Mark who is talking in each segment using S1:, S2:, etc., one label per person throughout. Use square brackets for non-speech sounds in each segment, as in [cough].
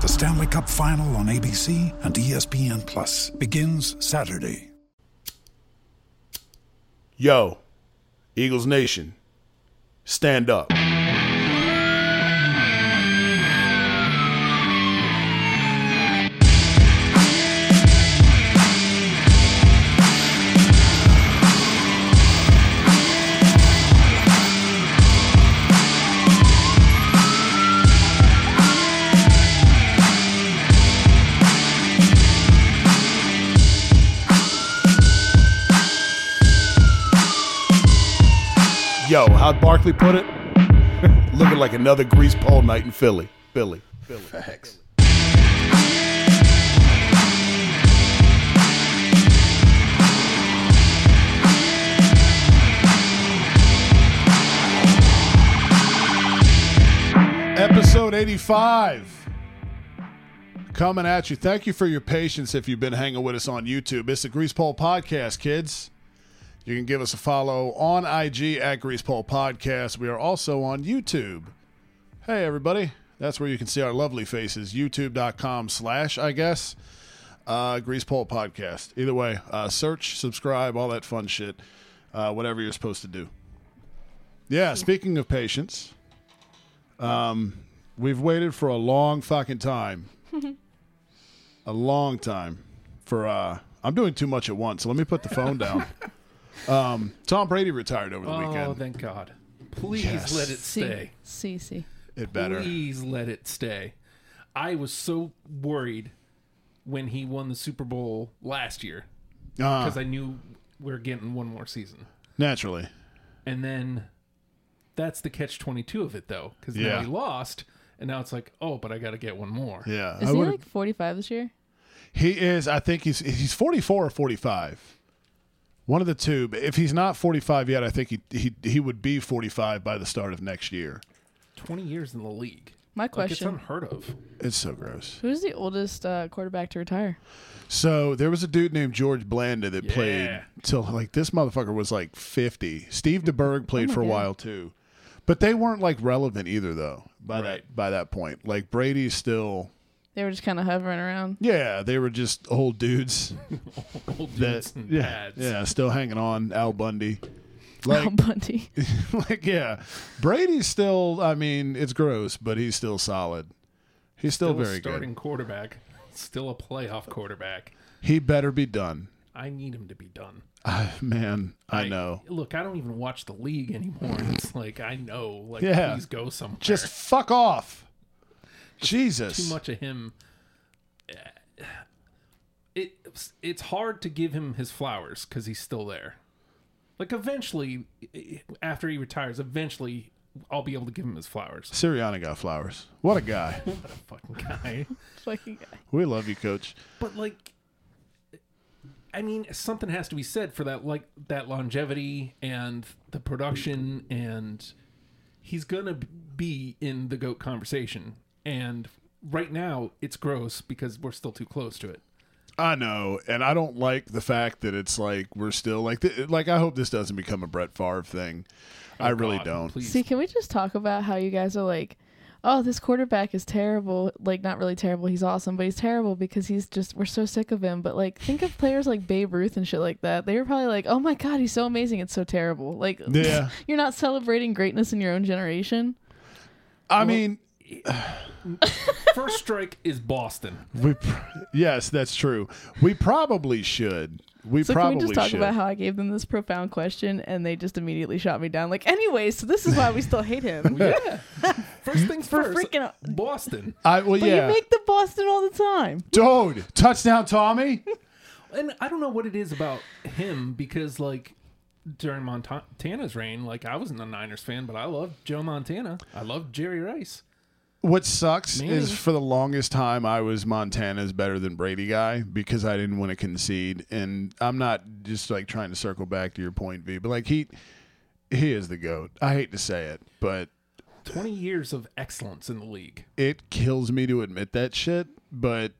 S1: The Stanley Cup Final on ABC and E ESPN Plus begins Saturday.
S2: Yo, Eagles Nation, stand up. Yo, how'd Barkley put
S3: [laughs]
S2: it? Looking like another grease pole night in Philly. Philly. Philly. Facts.
S3: Episode 85 coming at you. Thank you for your patience if you've been hanging with us on YouTube. It's the Grease Pole Podcast, kids. You can give us a follow on IG at Grease Pole Podcast. We are also on YouTube. Hey, everybody. That's where you can see our lovely faces. YouTube.com slash, I guess, uh, Grease Pole Podcast. Either way, uh, search, subscribe, all that fun shit, uh, whatever you're supposed to do. Yeah, speaking of patience, um, we've waited for a long fucking time. a long time for uh I'm doing too much at once. Let me put the phone down. um Tom Brady retired over the
S4: Oh,
S3: weekend.
S4: thank God. Please
S3: Yes.
S4: let it stay.
S5: See, see.
S3: it better.
S4: Please let it stay. I was so worried when he won the Super Bowl last year
S3: Uh,
S4: because I knew we are getting one more season.
S3: naturally.
S4: And then that's the catch 22 of it, though, because
S3: Yeah.
S4: now he lost, and now it's like, oh, but I got to get one more.
S3: Yeah.
S5: Is
S3: I
S5: he
S3: would've-
S5: like 45 this year?
S3: he is I think he's he's 44 or 45. One of the two. But if he's not 45 yet, I think he he he would be 45 by the start of next year.
S4: 20 years in the league.
S5: My
S4: Like, it's
S5: question:
S4: unheard of.
S3: It's so gross.
S5: Who's the oldest uh, quarterback to retire?
S3: So there was a dude named George Blanda that played
S4: Yeah.
S3: till like this motherfucker was like 50. Steve DeBerg played
S5: Oh my
S3: for a
S5: God.
S3: while too. But they weren't like relevant either though by that
S4: Right.
S3: by that point. Like Brady's still
S5: They were just kind of hovering around.
S3: yeah, they were just old dudes
S4: Old
S3: that
S4: dudes and
S3: yeah,
S4: dads.
S3: yeah, still hanging on Al Bundy.
S5: Al
S3: Like
S5: Bundy.
S3: [laughs] like yeah. Brady's still I mean, it's gross, but he's still solid. He's still,
S4: Still a
S3: very
S4: starting
S3: good.
S4: quarterback, still a playoff quarterback.
S3: He better be done.
S4: I need him to be done.
S3: Man, I know.
S4: Look, I don't even watch the league anymore. [laughs] It's like I know, like
S3: Yeah.
S4: please go somewhere.
S3: Just fuck off. Jesus.
S4: too much of him. [sighs] It it's hard to give him his flowers because he's still there. Like eventually, after he retires, eventually I'll be able to give him his flowers. [laughs]
S3: Sirianni got flowers. What a guy.
S4: Fucking guy.
S5: Fucking guy.
S3: we love you, coach.
S4: but like, I mean, something has to be said for that, like that longevity and the production, and he's gonna be in the goat conversation. And right now, it's gross because we're still too close to it.
S3: I know, and I don't like the fact that it's like we're still like th- like I hope this doesn't become a Brett Favre thing. I really
S4: Oh, God,
S3: don't.
S4: Please.
S5: See, can we just talk about how you guys are like, oh, this quarterback is terrible. Like, not really terrible. He's awesome, but he's terrible because he's just, we're so sick of him. But, like, think of players like Babe Ruth and shit like that. They were probably like, oh my God, he's so amazing. It's so terrible. Like, [laughs]
S3: Yeah.
S5: you're not celebrating greatness in your own generation.
S3: I mean,
S4: [laughs] First strike is Boston.
S3: We pr- yes, that's true. We probably should. We
S5: So
S3: probably
S5: can we just talk
S3: should.
S5: about how I gave them this profound question and they just immediately shot me down? Like, anyway, so this is why we still
S3: [laughs]
S5: hate him. but
S4: Yeah. First things
S5: For
S4: first.
S5: freaking-
S4: Boston.
S3: I, well, yeah.
S5: you make the Boston all the time.
S3: Dude, touchdown, Tommy.
S4: And I don't know what it is about him because like during Montana's reign, like I wasn't a Niners fan, but I loved Joe Montana. I loved Jerry Rice.
S3: What sucks
S4: Man.
S3: is for the longest time I was Montana's better than Brady guy because I didn't want to concede, and I'm not just like trying to circle back to your point, V. But like he, he is the goat. I hate to say it, but
S4: Twenty years of excellence in the league.
S3: it kills me to admit that shit. But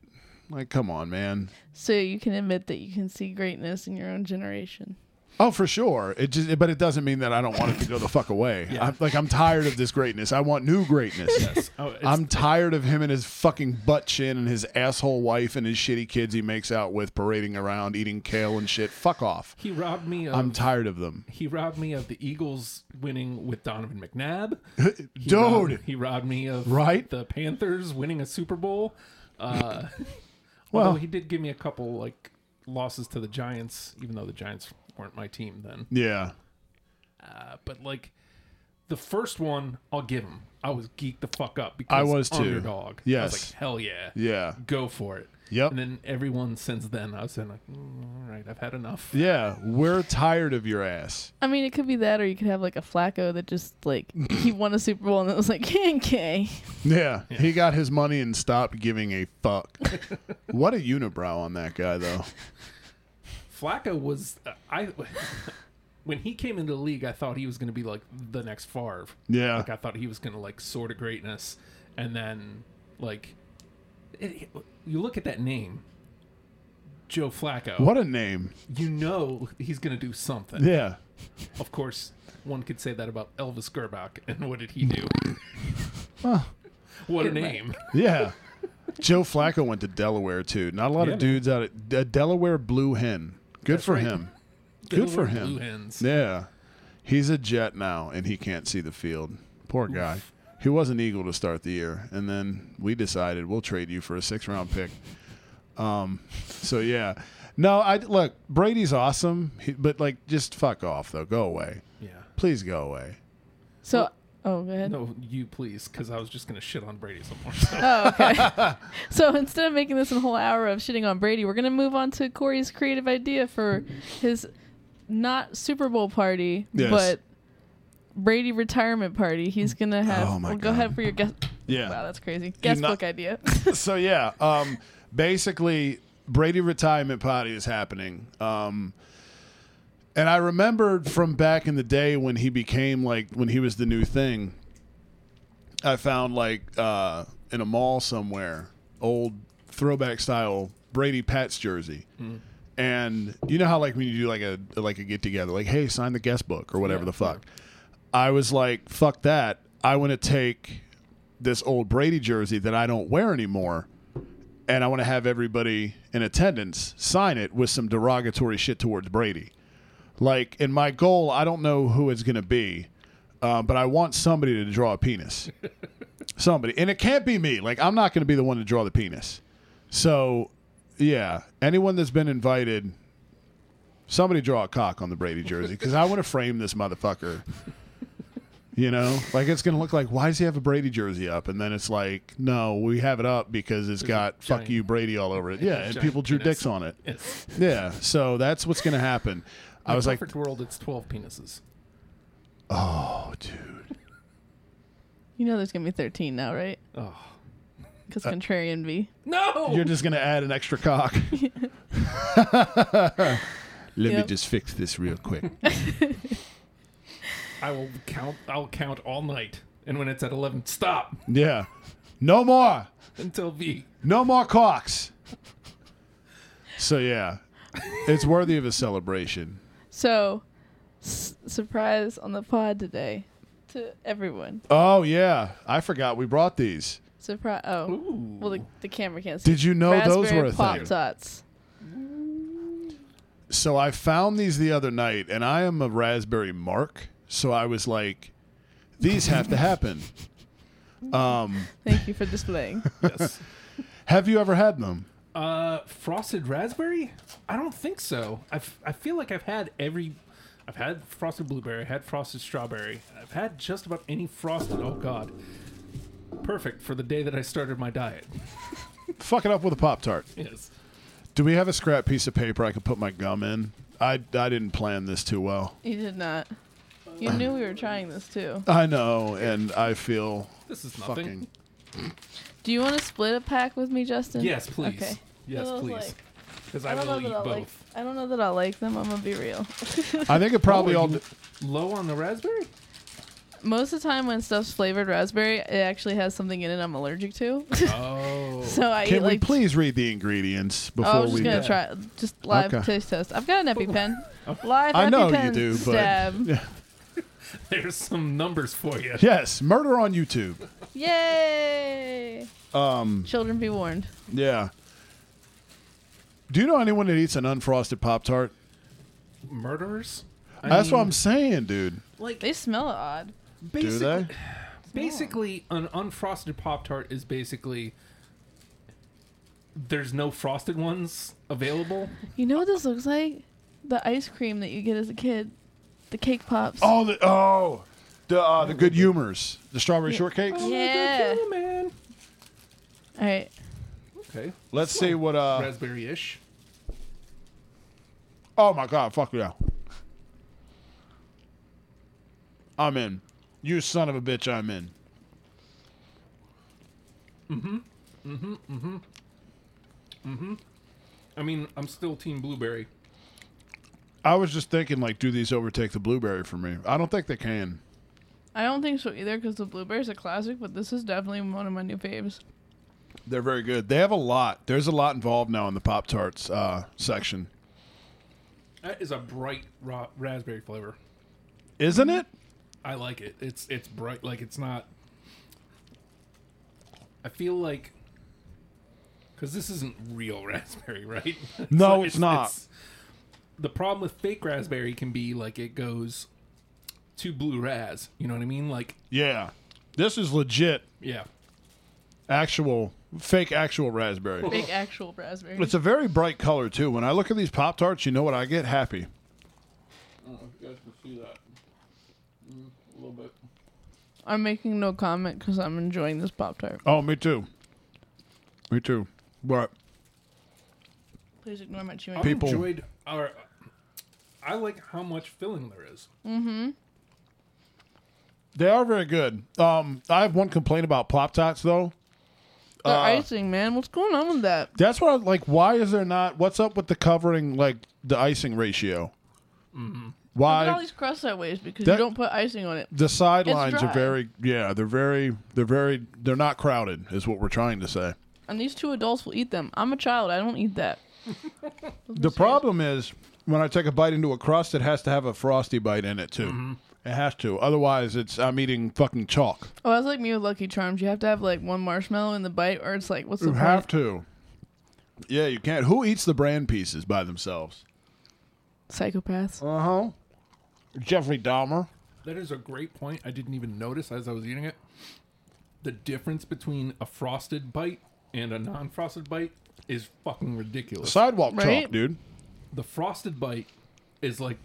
S3: like, come on, man.
S5: So you can admit that you can see greatness in your own generation.
S3: Oh, for sure. It just, but it doesn't mean that I don't want it to go the fuck
S4: [laughs]
S3: away. I'm, like I'm tired of this greatness. I want new greatness.
S4: Oh, it's,
S3: I'm tired of him and his fucking butt chin and his asshole wife and his shitty kids he makes out with parading around eating kale and shit. Fuck off.
S4: he robbed me of
S3: I'm tired of them.
S4: he robbed me of the Eagles winning with Donovan McNabb.
S3: [laughs]
S4: He
S3: Dude.
S4: robbed, he robbed me of
S3: Right?
S4: the Panthers winning a Super Bowl. Uh,
S3: Well-
S4: although he did give me a couple like losses to the Giants, even though the Giants weren't my team then.
S3: Yeah.
S4: Uh, but like the first one, I'll give him. I was geeked the fuck up because
S3: I was too.
S4: underdog. I was
S3: Yes.
S4: like, hell yeah,
S3: Yeah.
S4: go for it.
S3: Yep.
S4: And then everyone since then, I've been like, "Mm, all right, I've had enough.
S3: Yeah. We're tired of your ass.
S5: I mean, it could be that, or you could have like a Flacco that just
S3: [coughs]
S5: like he won a Super Bowl and it was like, [laughs] okay.
S3: Yeah. He got his money and stopped giving a
S4: [laughs]
S3: fuck. what a unibrow on that guy, though.
S4: Flacco was uh, I [laughs] when he came into the league, I thought he was going to be like the next Favre.
S3: Yeah.
S4: like I thought he was going to like soar to greatness, and then like it, you look at that name, Joe Flacco.
S3: What a name.
S4: you know he's going to do something.
S3: Yeah.
S4: Of course, one could say that about Elvis Gerbach, and what did
S3: [laughs]
S4: he do? what a name!
S3: Yeah. Joe Flacco went to Delaware, too. Not a lot
S4: Yeah,
S3: of
S4: man.
S3: dudes out at a Delaware Blue Hen. Good for
S4: right.
S3: him. Good for
S4: Delaware
S3: him.
S4: Blue Hens.
S3: Yeah. He's a jet now and he can't see the field. Poor guy. He was an Eagle to start the year. And then we decided we'll trade you for a six round pick. Um, so yeah. No, I look, Brady's awesome, he, but like just fuck off though. Go away.
S4: Yeah.
S3: Please go away.
S5: So, oh, go ahead.
S4: No, you please, because I was just going to shit on Brady some more. So.
S3: [laughs]
S5: So instead of making this a whole hour of shitting on Brady, we're gonna move on to Corey's creative idea for his not Super Bowl party,
S3: Yes.
S5: but Brady retirement party. He's gonna have.
S3: Oh, my
S5: well, go
S3: God.
S5: ahead for your guess.
S3: Yeah.
S5: Wow, that's crazy. Guest
S3: not- [laughs]
S5: book idea.
S3: so yeah, um, basically Brady retirement party is happening. Um, and I remembered from back in the day when he became like when he was the new thing. I found like uh, in a mall somewhere old throwback style Brady Pats jersey. And you know how like when you do like a like a get together, like hey, sign the guest book or whatever the fuck. I was like, fuck that. I want to take this old Brady jersey that I don't wear anymore, and I want to have everybody in attendance sign it with some derogatory shit towards Brady. Like, in my goal, I don't know who it's going to be, uh, but I want somebody to draw a
S4: [laughs]
S3: penis. somebody. And it can't be me. Like, I'm not going to be the one to draw the penis. So, yeah, anyone that's been invited, somebody draw a cock on the Brady jersey because I want to frame this motherfucker. You know, like it's going to look like, why does he have a Brady jersey up? And then it's like, no, we have it up because it's got fuck
S4: giant-
S3: you, Brady all over
S4: [laughs]
S3: it. Yeah, and
S4: giant
S3: people drew
S4: penis.
S3: dicks on it.
S4: Yes.
S3: Yeah, so that's what's going to happen. I was like,
S4: perfect world. It's twelve penises.
S3: oh, dude.
S5: you know, there's gonna be 13 now, right?
S4: Oh
S5: Because
S3: Uh,
S5: contrarian V.
S4: no!
S3: You're just going to add an extra cock. [laughs] Let me
S5: Yep.
S3: just fix this real quick.
S4: I will count. I'll count all night, and when it's at eleven, stop
S3: yeah. No more.
S4: until V.
S3: No more cocks. So, yeah, it's worthy of a celebration.
S5: So, s- surprise on the pod today to everyone.
S3: Oh, yeah. I forgot we brought these.
S5: Surprise! Oh, well, the, the camera can't see.
S3: Did you know those were a
S5: Raspberry
S3: thing?
S5: Pop Tots.
S3: So I found these the other night, and I am a raspberry mark. So I was like, these have to happen.
S5: Thank you
S3: [laughs]
S5: for displaying.
S3: Have you ever had them?
S4: Uh, frosted raspberry? I don't think so. I, f- I feel like I've had every. I've had frosted blueberry. I had frosted strawberry. I've had just about any frosted. Oh God, perfect for the day that I started my diet.
S3: Fuck it up with a Pop Tart.
S4: Yes.
S3: Do we have a scrap piece of paper I could put my gum in? I, I didn't plan this too well.
S5: you did not. You knew we were trying this too.
S3: I know, and I feel
S4: This is nothing.
S3: fucking.
S5: Do you want to split a pack with me, Justin?
S4: Yes, please.
S5: Okay.
S4: Yes,
S5: Those,
S4: please.
S5: like-
S4: Because
S5: I
S4: I,
S5: don't know
S4: will
S5: that
S4: eat
S5: I
S4: both.
S5: like. I don't know that I like them. I'm gonna be real.
S3: I think it probably
S4: Oh, are
S3: all.
S4: you low on the raspberry. [laughs]
S5: Most of the time, when stuff's flavored raspberry, it actually has something in it I'm allergic to.
S4: Oh,
S5: [laughs] so I eat
S3: Can we
S5: like.
S3: please read the ingredients before
S5: Oh, I was just
S3: we?
S5: gonna
S3: do-
S5: try just live
S3: Okay. Oh,
S5: taste test. I've got
S3: [laughs]
S5: an EpiPen. Live
S3: I know you
S5: EpiPen
S3: do, but-
S5: stab.
S4: there's some numbers for you.
S3: [laughs] Yes, murder on YouTube.
S5: Yay! Um, Children be warned.
S3: Yeah. Do you know anyone that eats an unfrosted Pop Tart?
S4: Murderers. I
S3: That's what
S4: mean,
S3: I'm saying, dude.
S4: like.
S5: They smell odd.
S4: Basically,
S3: Do they?
S4: Basically, an unfrosted Pop Tart is basically there's no frosted ones available.
S5: You know what this looks like? The ice cream that you get as a kid, the cake pops.
S3: Oh, the oh, the uh, the good humors, the strawberry shortcakes.
S5: yeah.
S4: Oh, man.
S5: All right.
S4: Okay.
S3: Let's see what. Uh,
S4: Raspberry ish.
S3: oh my God! Fuck yeah! I'm in. You son of a bitch! I'm in.
S4: I mean, I'm still Team Blueberry.
S3: I was just thinking, like, do these overtake the blueberry for me? I don't think they can.
S5: I don't think so either because the blueberry's a classic, but this is definitely one of my new faves.
S3: They're very good. They have a lot. There's a lot involved now in the Pop Tarts uh, section,
S4: That is a bright ra- raspberry flavor.
S3: isn't it?
S4: I like it. It's it's bright. Like it's not. I feel like because this isn't real [laughs] raspberry, right?
S3: No, it's not.
S4: the problem with fake raspberry can be like it goes to blue raz. You know what I mean? Like
S3: Yeah, this is legit.
S4: yeah,
S3: Actual fake actual raspberry.
S5: [laughs] Big actual raspberry.
S3: It's a very bright color too. When I look at these Pop Tarts, you know what I get? Happy.
S5: I'm making no comment because I'm enjoying this Pop Tart.
S3: Oh, me too. Me too. But
S5: Please ignore my chewing.
S4: I
S3: People-
S4: enjoyed our. I like how much filling there is.
S3: they are very good. Um, I have one complaint about Pop Tarts though.
S5: the
S3: uh,
S5: icing, man. What's going on with that?
S3: That's what I like. Why is there not? What's up with the covering? Like the icing ratio.
S5: Mm-hmm. Look at all
S3: Why
S5: these crust sideways because
S3: That-
S5: you don't put icing on it.
S3: the sidelines are
S5: dry.
S3: very? Yeah, they're very. They're very. They're not crowded. Is what we're trying to say.
S5: And these two adults will eat them. I'm a child. I don't eat that.
S3: [laughs] The problem is when I take a bite into a crust, it has to have a frosty bite in it too.
S5: Mm-hmm.
S3: It has to. Otherwise, it's I'm eating fucking chalk.
S5: Oh, that's like me with Lucky Charms. You have to have like one marshmallow in the bite, or it's like, what's the
S3: You
S5: point?
S3: have to. Yeah, you can't. Who eats the brand pieces by themselves?
S5: Psychopaths.
S3: Uh huh. Jeffrey Dahmer.
S4: That is a great point. I didn't even notice as I was eating it. The difference between a frosted bite and a non-frosted bite is fucking ridiculous.
S3: Sidewalk
S5: Right?
S3: chalk, dude.
S4: the frosted bite is like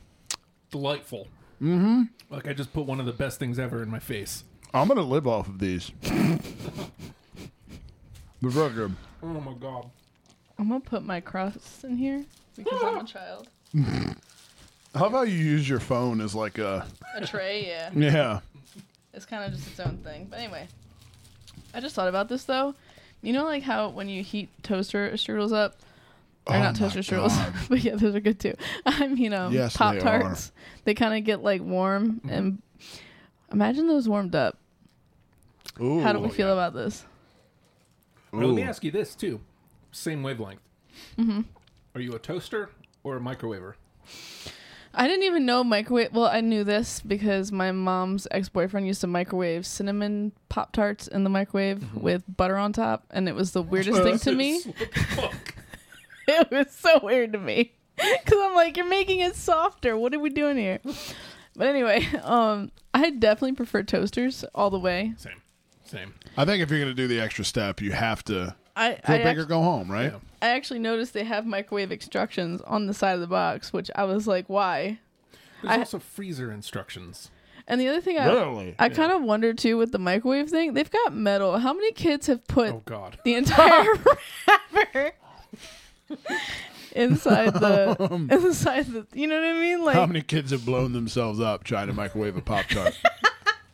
S4: delightful. Mm-hmm. Like I just put one of the best things ever in my face.
S3: I'm gonna live off of these. the burger.
S4: Oh my god.
S5: I'm gonna put my crusts in here because I'm a child.
S3: How about you use your phone as like a
S5: A tray, yeah.
S3: yeah?
S5: It's kind of just its own thing. But anyway, I just thought about this though. You know, like how when you heat toaster strudels up, or
S3: Oh
S5: not
S3: my
S5: toaster strudels,
S3: God.
S5: [laughs] but yeah, those are good too. [laughs] I mean, um,
S3: Yes, they Mm-hmm.
S5: pop tarts. They, kind of get like warm, and imagine those warmed up.
S3: Ooh.
S5: [laughs] How do we feel about this?
S4: Now, let me
S3: Ooh.
S4: ask you this too. Same wavelength. Are you a toaster or a microwaver?
S5: I didn't even know microwave. Well, I knew this because my mom's ex boyfriend used to microwave cinnamon pop tarts in the microwave
S3: Mm-hmm.
S5: with butter on top, and it was the weirdest
S3: [laughs]
S5: thing to me.
S4: What the fuck?
S5: [laughs] it was so weird to me [laughs] because I'm like, you're making it softer. What are we doing [laughs] here? But anyway, um, I definitely prefer toasters all the way.
S4: Same. Same.
S3: I think if you're going to do the extra step, you have to
S5: I,
S3: go
S5: I,
S3: big or
S5: act-
S3: go home, right?
S5: I actually noticed they have microwave instructions on the side of the box, which I was like, why?
S4: There's
S5: I-
S4: also freezer instructions.
S5: And the other thing I
S2: Really?
S5: I kind of wonder too with the microwave thing, they've got metal. How many kids have put
S4: Oh God.
S3: [laughs]
S5: the entire wrapper inside the inside the you know what I mean? Like
S3: Um. How many kids have blown themselves up trying to microwave a Pop Tart?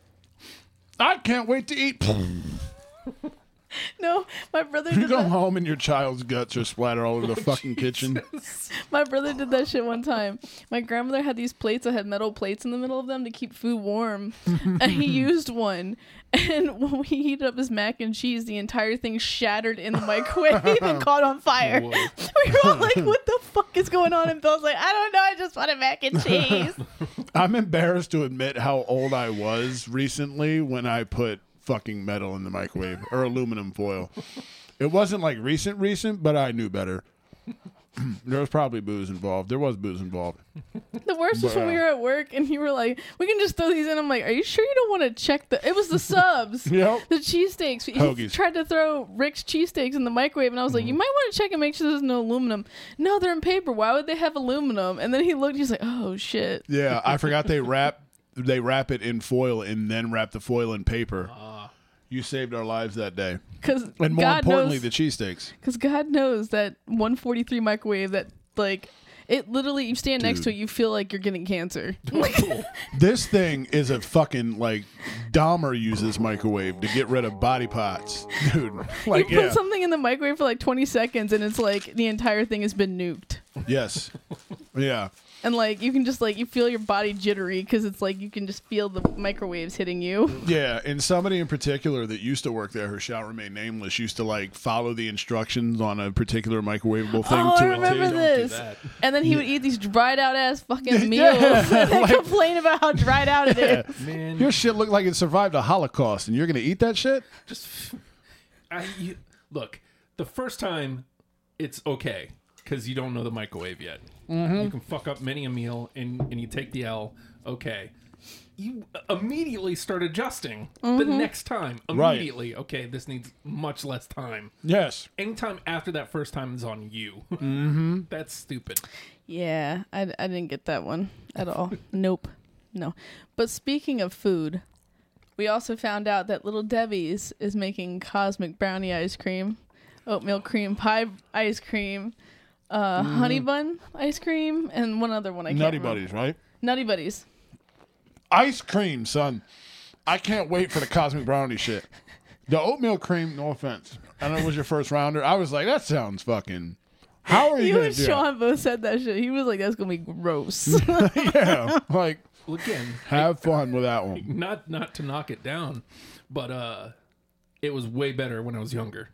S5: [laughs]
S3: I can't wait to eat.
S5: no, my
S3: [laughs]
S5: brother
S3: You
S5: did
S3: go
S5: that.
S3: home and your child's guts are splattered all over
S5: Oh,
S3: the fucking kitchen.
S5: [laughs] My brother did that shit one time. My grandmother had these plates that had metal plates in the middle of them to keep food warm, and he used one. And [laughs] when he heated up his mac and cheese, the entire thing shattered in the microwave and caught on fire. [laughs] we were all like, "What the fuck is going on?" And Bill's like, "I don't know. I just wanted mac and cheese."
S3: I'm embarrassed to admit how old I was recently when I put fucking metal in the microwave or aluminum foil. It wasn't like recent, recent, but I knew better. [clears throat] there was probably booze involved. There was booze involved.
S5: [laughs] The worst was when we
S3: Bruh.
S5: were at work and you were like, "We can just throw these in." I'm like, "Are you sure you don't want to check the?" It
S3: [laughs]
S5: was the subs,
S3: Yep.
S5: the cheesesteaks. He
S3: Hoagies. Mm-hmm.
S5: tried to throw Rick's cheesesteaks in the microwave, and I was like, "You might want to check and make sure there's no aluminum." No, they're in paper. Why would they have aluminum? And then he looked. He's like, "Oh shit."
S3: Yeah, I forgot they wrap they wrap it in foil and then wrap the foil in paper. you saved our lives that day.
S5: Because
S3: And more
S5: Ah. God
S3: importantly,
S5: knows,
S3: the cheesesteaks.
S5: because God knows that 143 microwave that like. It literally, you stand next to
S3: Dude.
S5: it, you feel like you're
S3: [laughs]
S5: getting cancer. [laughs]
S3: This thing is a fucking like Dahmer uses microwave to get rid of body pots. Dude. Like
S5: you put
S3: yeah.
S5: something in the microwave for like 20 seconds, and it's like the entire thing has been nuked.
S3: Yes. Yeah.
S5: and like you can just like you feel your body jittery because it's like you can just feel the microwaves hitting you.
S3: Yeah. And somebody in particular that used to work there who shall remain nameless used to like follow the instructions on a particular microwavable thing
S5: Oh,
S3: to
S5: I
S3: a T.
S5: remember this.
S4: that.
S5: And then he would eat these dried out ass fucking meals
S3: [laughs] Yeah,
S5: and then
S3: [laughs] like-
S5: complain about how dried out it
S3: [laughs]
S5: is.
S4: Man,
S3: Your shit looked like it survived a Holocaust and you're gonna eat that shit?
S4: just [laughs] I you, look the first time it's okay because you don't know the microwave yet. You can fuck up many a meal and and you take the L. Okay. You immediately start adjusting the next time.
S3: Right.
S4: Immediately, okay, this needs much less time.
S3: Yes.
S4: Anytime after that first time is on you. [laughs] That's stupid.
S5: Yeah, I, I didn't get that one
S3: [laughs]
S5: at all. nope. No. But speaking of food, we also found out that Little Debbie's is making cosmic brownie ice cream, oatmeal cream pie ice cream, uh, honey bun ice cream, and one other one I can't
S3: Mm. Nutty
S5: remember.
S3: buddies, right?
S5: Nutty Buddies.
S3: Ice cream, son. I can't wait for the cosmic brownie shit. The oatmeal cream, no offense. I know it was your first rounder. I was like, that sounds
S5: [laughs]
S3: fucking. How are you,
S5: You
S3: gonna
S5: and
S3: do?
S5: Sean both said that shit. He was like, "That's gonna
S4: [laughs]
S5: be gross."
S3: it?" [laughs] Yeah, like
S4: Well, again,
S3: have fun with that one.
S4: not not to knock it down, but uh, it was way better when I was younger.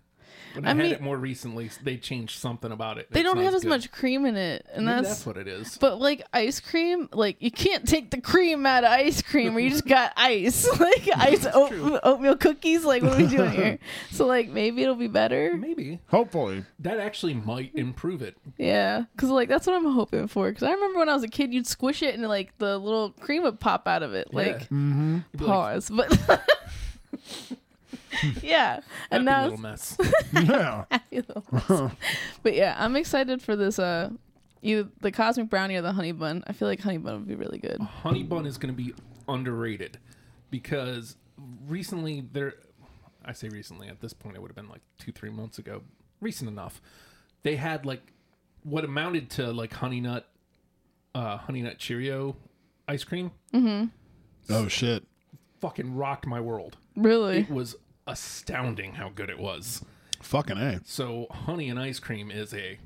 S4: When I,
S5: I
S4: had
S5: mean-
S4: it more recently, they changed something about it.
S5: they don't have as
S4: good.
S5: much cream in it, and
S4: Maybe
S5: that's.
S4: that's what it is.
S5: but like ice cream, like you can't take the cream out of ice cream, or you
S4: [laughs]
S5: just got ice, [laughs] like ice oat- oatmeal cookies. Like what are we doing
S4: [laughs]
S5: here? So like maybe it'll be better.
S4: Maybe
S5: [laughs]
S3: Hopefully,
S4: that actually might improve it.
S5: Yeah, because like that's what I'm hoping for. Because I remember when I was a kid, you'd squish it and like the little cream would pop out of it. Like
S4: You'd be like, [laughs]
S5: pause, but. [laughs] yeah, and
S4: "Happy
S5: now
S4: little
S5: it's-
S4: mess.
S5: [laughs]
S3: yeah.
S4: [laughs]
S5: but yeah, I'm excited for this. Uh, either the cosmic brownie or the honey bun. I feel like honey bun would be really good.
S4: Honey bun is going to be underrated because recently there, I say recently at this point it would have been like two three months ago, recent enough. They had like what amounted to like honey nut, uh, honey nut Cheerio ice cream.
S3: Oh shit.
S4: Fucking rocked my world.
S5: Really,
S4: It was astounding how good it was.
S3: Fucking a.
S4: So honey and ice cream is a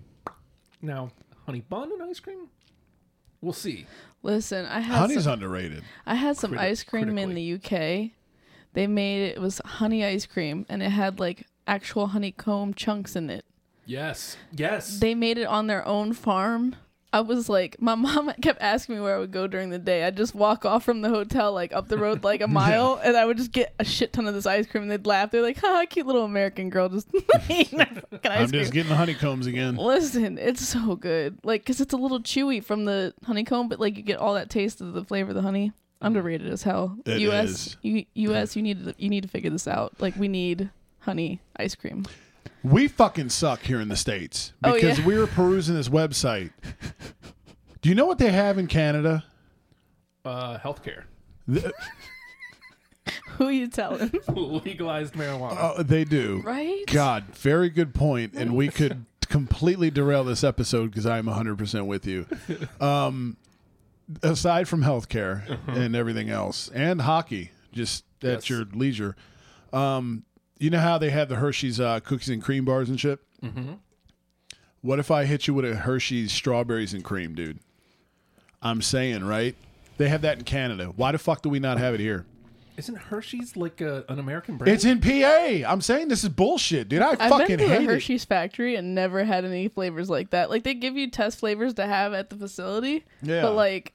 S4: now honey bun and ice cream. We'll see.
S5: listen, I had
S3: Honey's
S5: some,
S3: underrated.
S5: I had some
S4: criti-
S5: ice cream in the
S4: critically.
S5: UK. They made it, it was honey ice cream, and it had like actual honeycomb chunks in it.
S4: Yes, yes.
S5: They made it on their own farm. I was like, my mom [laughs] kept asking me where I would go during the day. I'd just walk off from the hotel, like up the
S3: [laughs]
S5: road, like a mile, and I would just get a shit ton of this ice cream. And they'd laugh. They're like, "Ha, cute little American girl, just [laughs] eating her
S3: [laughs]
S5: fucking ice
S3: I'm
S5: cream."
S3: just getting the honeycombs again.
S5: Listen, it's so good. Like, cause it's a little chewy from the honeycomb, but like you get all that taste of the flavor of the honey. underrated as hell.
S3: It
S5: US,
S3: is.
S5: U, US, you need to, you need to figure this out. Like we need honey ice cream.
S3: We fucking suck here in the States
S5: Oh,
S3: because
S5: yeah.
S3: we were perusing this website. Do you know what they have in Canada?
S4: Uh, healthcare, [laughs]
S3: Th-
S5: Who you telling?
S4: legalized marijuana.
S3: uh, they do.
S5: right?
S3: God, very good point, And we could completely derail this episode because I am 100% with you. Um, aside from healthcare and everything else, and hockey, just at
S4: Yes.
S3: your leisure, um, you know how they have the Hershey's uh, cookies and cream bars and shit? Mm-hmm. What if I hit you with a Hershey's strawberries and cream, dude? I'm saying, right? They have that in Canada. Why the fuck do we not have it here?
S4: Isn't Hershey's like a, an American brand?
S3: It's in PA. I'm saying this is bullshit, dude. I
S5: I've
S3: fucking
S5: been to a
S3: hate it.
S5: Hershey's factory and never had any flavors like that. Like they give you test flavors to have at the facility,
S3: Yeah.
S5: but like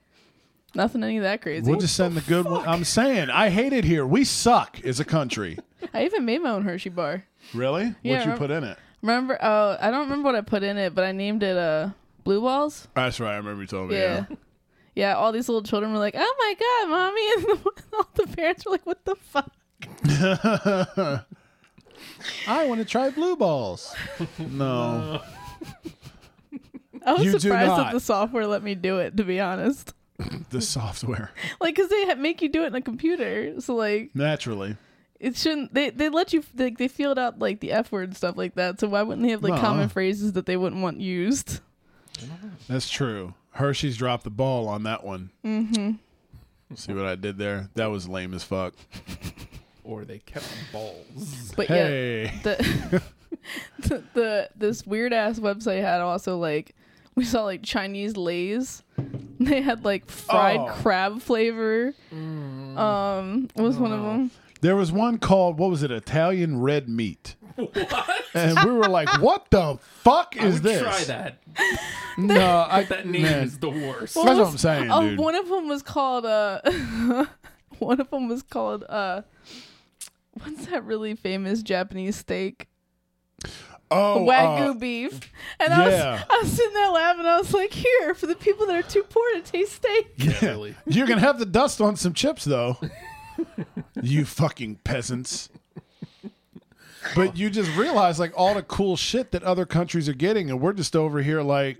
S5: nothing any of that crazy.
S3: We'll just send the, good one. I'm saying, I hate it here. We suck as a country.
S5: I even made my own Hershey bar.
S3: [laughs] Really?
S5: Yeah,
S3: what you
S5: rem-
S3: put in it?
S5: Remember? Oh, I don't remember what I put in it, but I named it uh blue balls.
S3: That's right. I remember you told me.
S5: Yeah. yeah. all these little children were like, "Oh my god, mommy!" [laughs] And the, all the parents were like, "What the fuck?"
S3: I want to try blue [laughs] balls. no.
S5: I was
S3: You do
S5: surprised
S3: not.
S5: that the software let me do it. To be honest,
S3: The software.
S5: like, cause they ha- make you do it in a computer, so like,
S3: Naturally.
S5: it shouldn't they they let you they, they field out like the f word and stuff like that so why wouldn't they have like
S3: No.
S5: common phrases that they wouldn't want used
S3: That's true. Hershey's dropped the ball on that one. Mm-hmm. See what I did there? That was lame as fuck.
S4: or they kept balls.
S5: but yeah
S3: Hey.
S5: the, [laughs] the the this weird ass website had also like we saw like chinese lays they had like fried
S3: Oh.
S5: crab flavor um was one of them
S3: There was one called what was it? Italian red meat.
S5: [laughs]
S3: And we were like, "What the fuck
S4: I
S3: is
S4: would
S3: this?"
S4: Try that.
S3: No, [laughs] I,
S4: That name
S3: man.
S4: is the worst.
S5: Well,
S3: That's what
S5: was-
S3: I'm saying,
S5: oh,
S3: dude.
S5: one of them was called. Uh, [laughs] one of them was called. Uh, what's that really famous Japanese steak?
S3: oh,
S5: Wagyu
S3: uh,
S5: beef. And I
S3: yeah.
S5: was I was sitting there laughing. I was like, here for the people that are too poor to taste steak.
S3: [laughs]
S4: Yeah, really.
S3: You're gonna have the dust on some chips, though. you fucking peasants. But you just realize like all the cool shit that other countries are getting, and we're just over here like,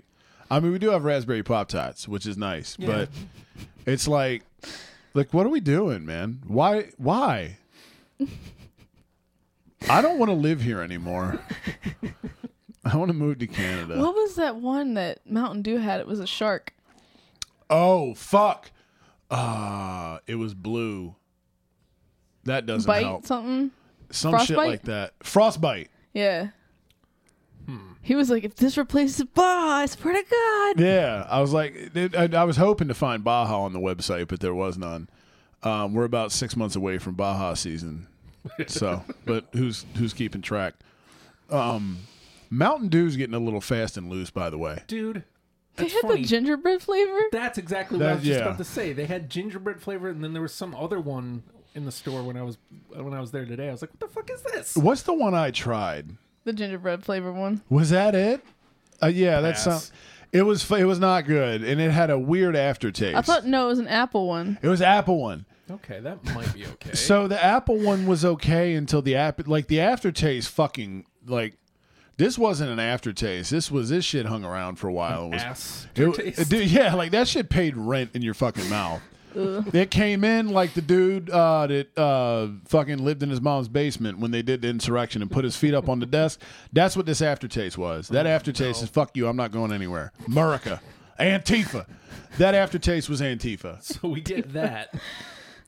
S3: I mean, we do have raspberry pop tarts, which is nice, but it's like, like, what are we doing, man? Why? Why? [laughs] I don't want to live here anymore. I want to move to Canada.
S5: What was that one that Mountain Dew had? It was a shark.
S3: Oh fuck! Uh it was blue. That doesn't
S5: Bite
S3: help.
S5: something.
S3: Some shit
S5: frostbite?
S3: like that. Frostbite.
S5: Yeah.
S3: Hmm.
S5: He was like, if this replaces Baja, I swear to God.
S3: Yeah, I was like, it, I, I was hoping to find Baja on the website, but there was none. Um, we're about six months away from Baja season,
S5: [laughs]
S3: so but who's who's keeping track? Um, Mountain Dew's getting a little fast and loose, by the way.
S4: Dude,
S5: They
S4: that's
S5: had
S4: funny.
S5: the gingerbread flavor.
S4: that's exactly what
S3: That-
S4: I was just
S3: yeah.
S4: about to say. They had gingerbread flavor, and then there was some other one in the store when I was when I was there today. I was like, "What the fuck is this?"
S3: What's the one I tried?
S5: The gingerbread flavor one.
S3: Was that it? Uh, yeah, that
S4: Pass.
S3: sounds. It was fu- it was not good, and it had a weird aftertaste.
S5: I thought no, it was an apple one.
S3: it was apple one.
S4: Okay, that might be okay.
S3: So the Apple one was okay until the app, like the aftertaste, fucking like this wasn't an aftertaste. This was this shit hung around for a while. It was,
S4: ass
S3: it- it-
S4: aftertaste.
S3: dude, yeah, like that shit paid rent in your fucking mouth. it came in like the dude uh, that uh, fucking lived in his mom's basement when they did the insurrection and put his feet up on the desk. That's what this aftertaste was.
S4: Oh,
S3: That aftertaste is fuck you. I'm not going anywhere. America, Antifa. That aftertaste was Antifa.
S4: [laughs] So we
S3: [laughs]
S4: get that.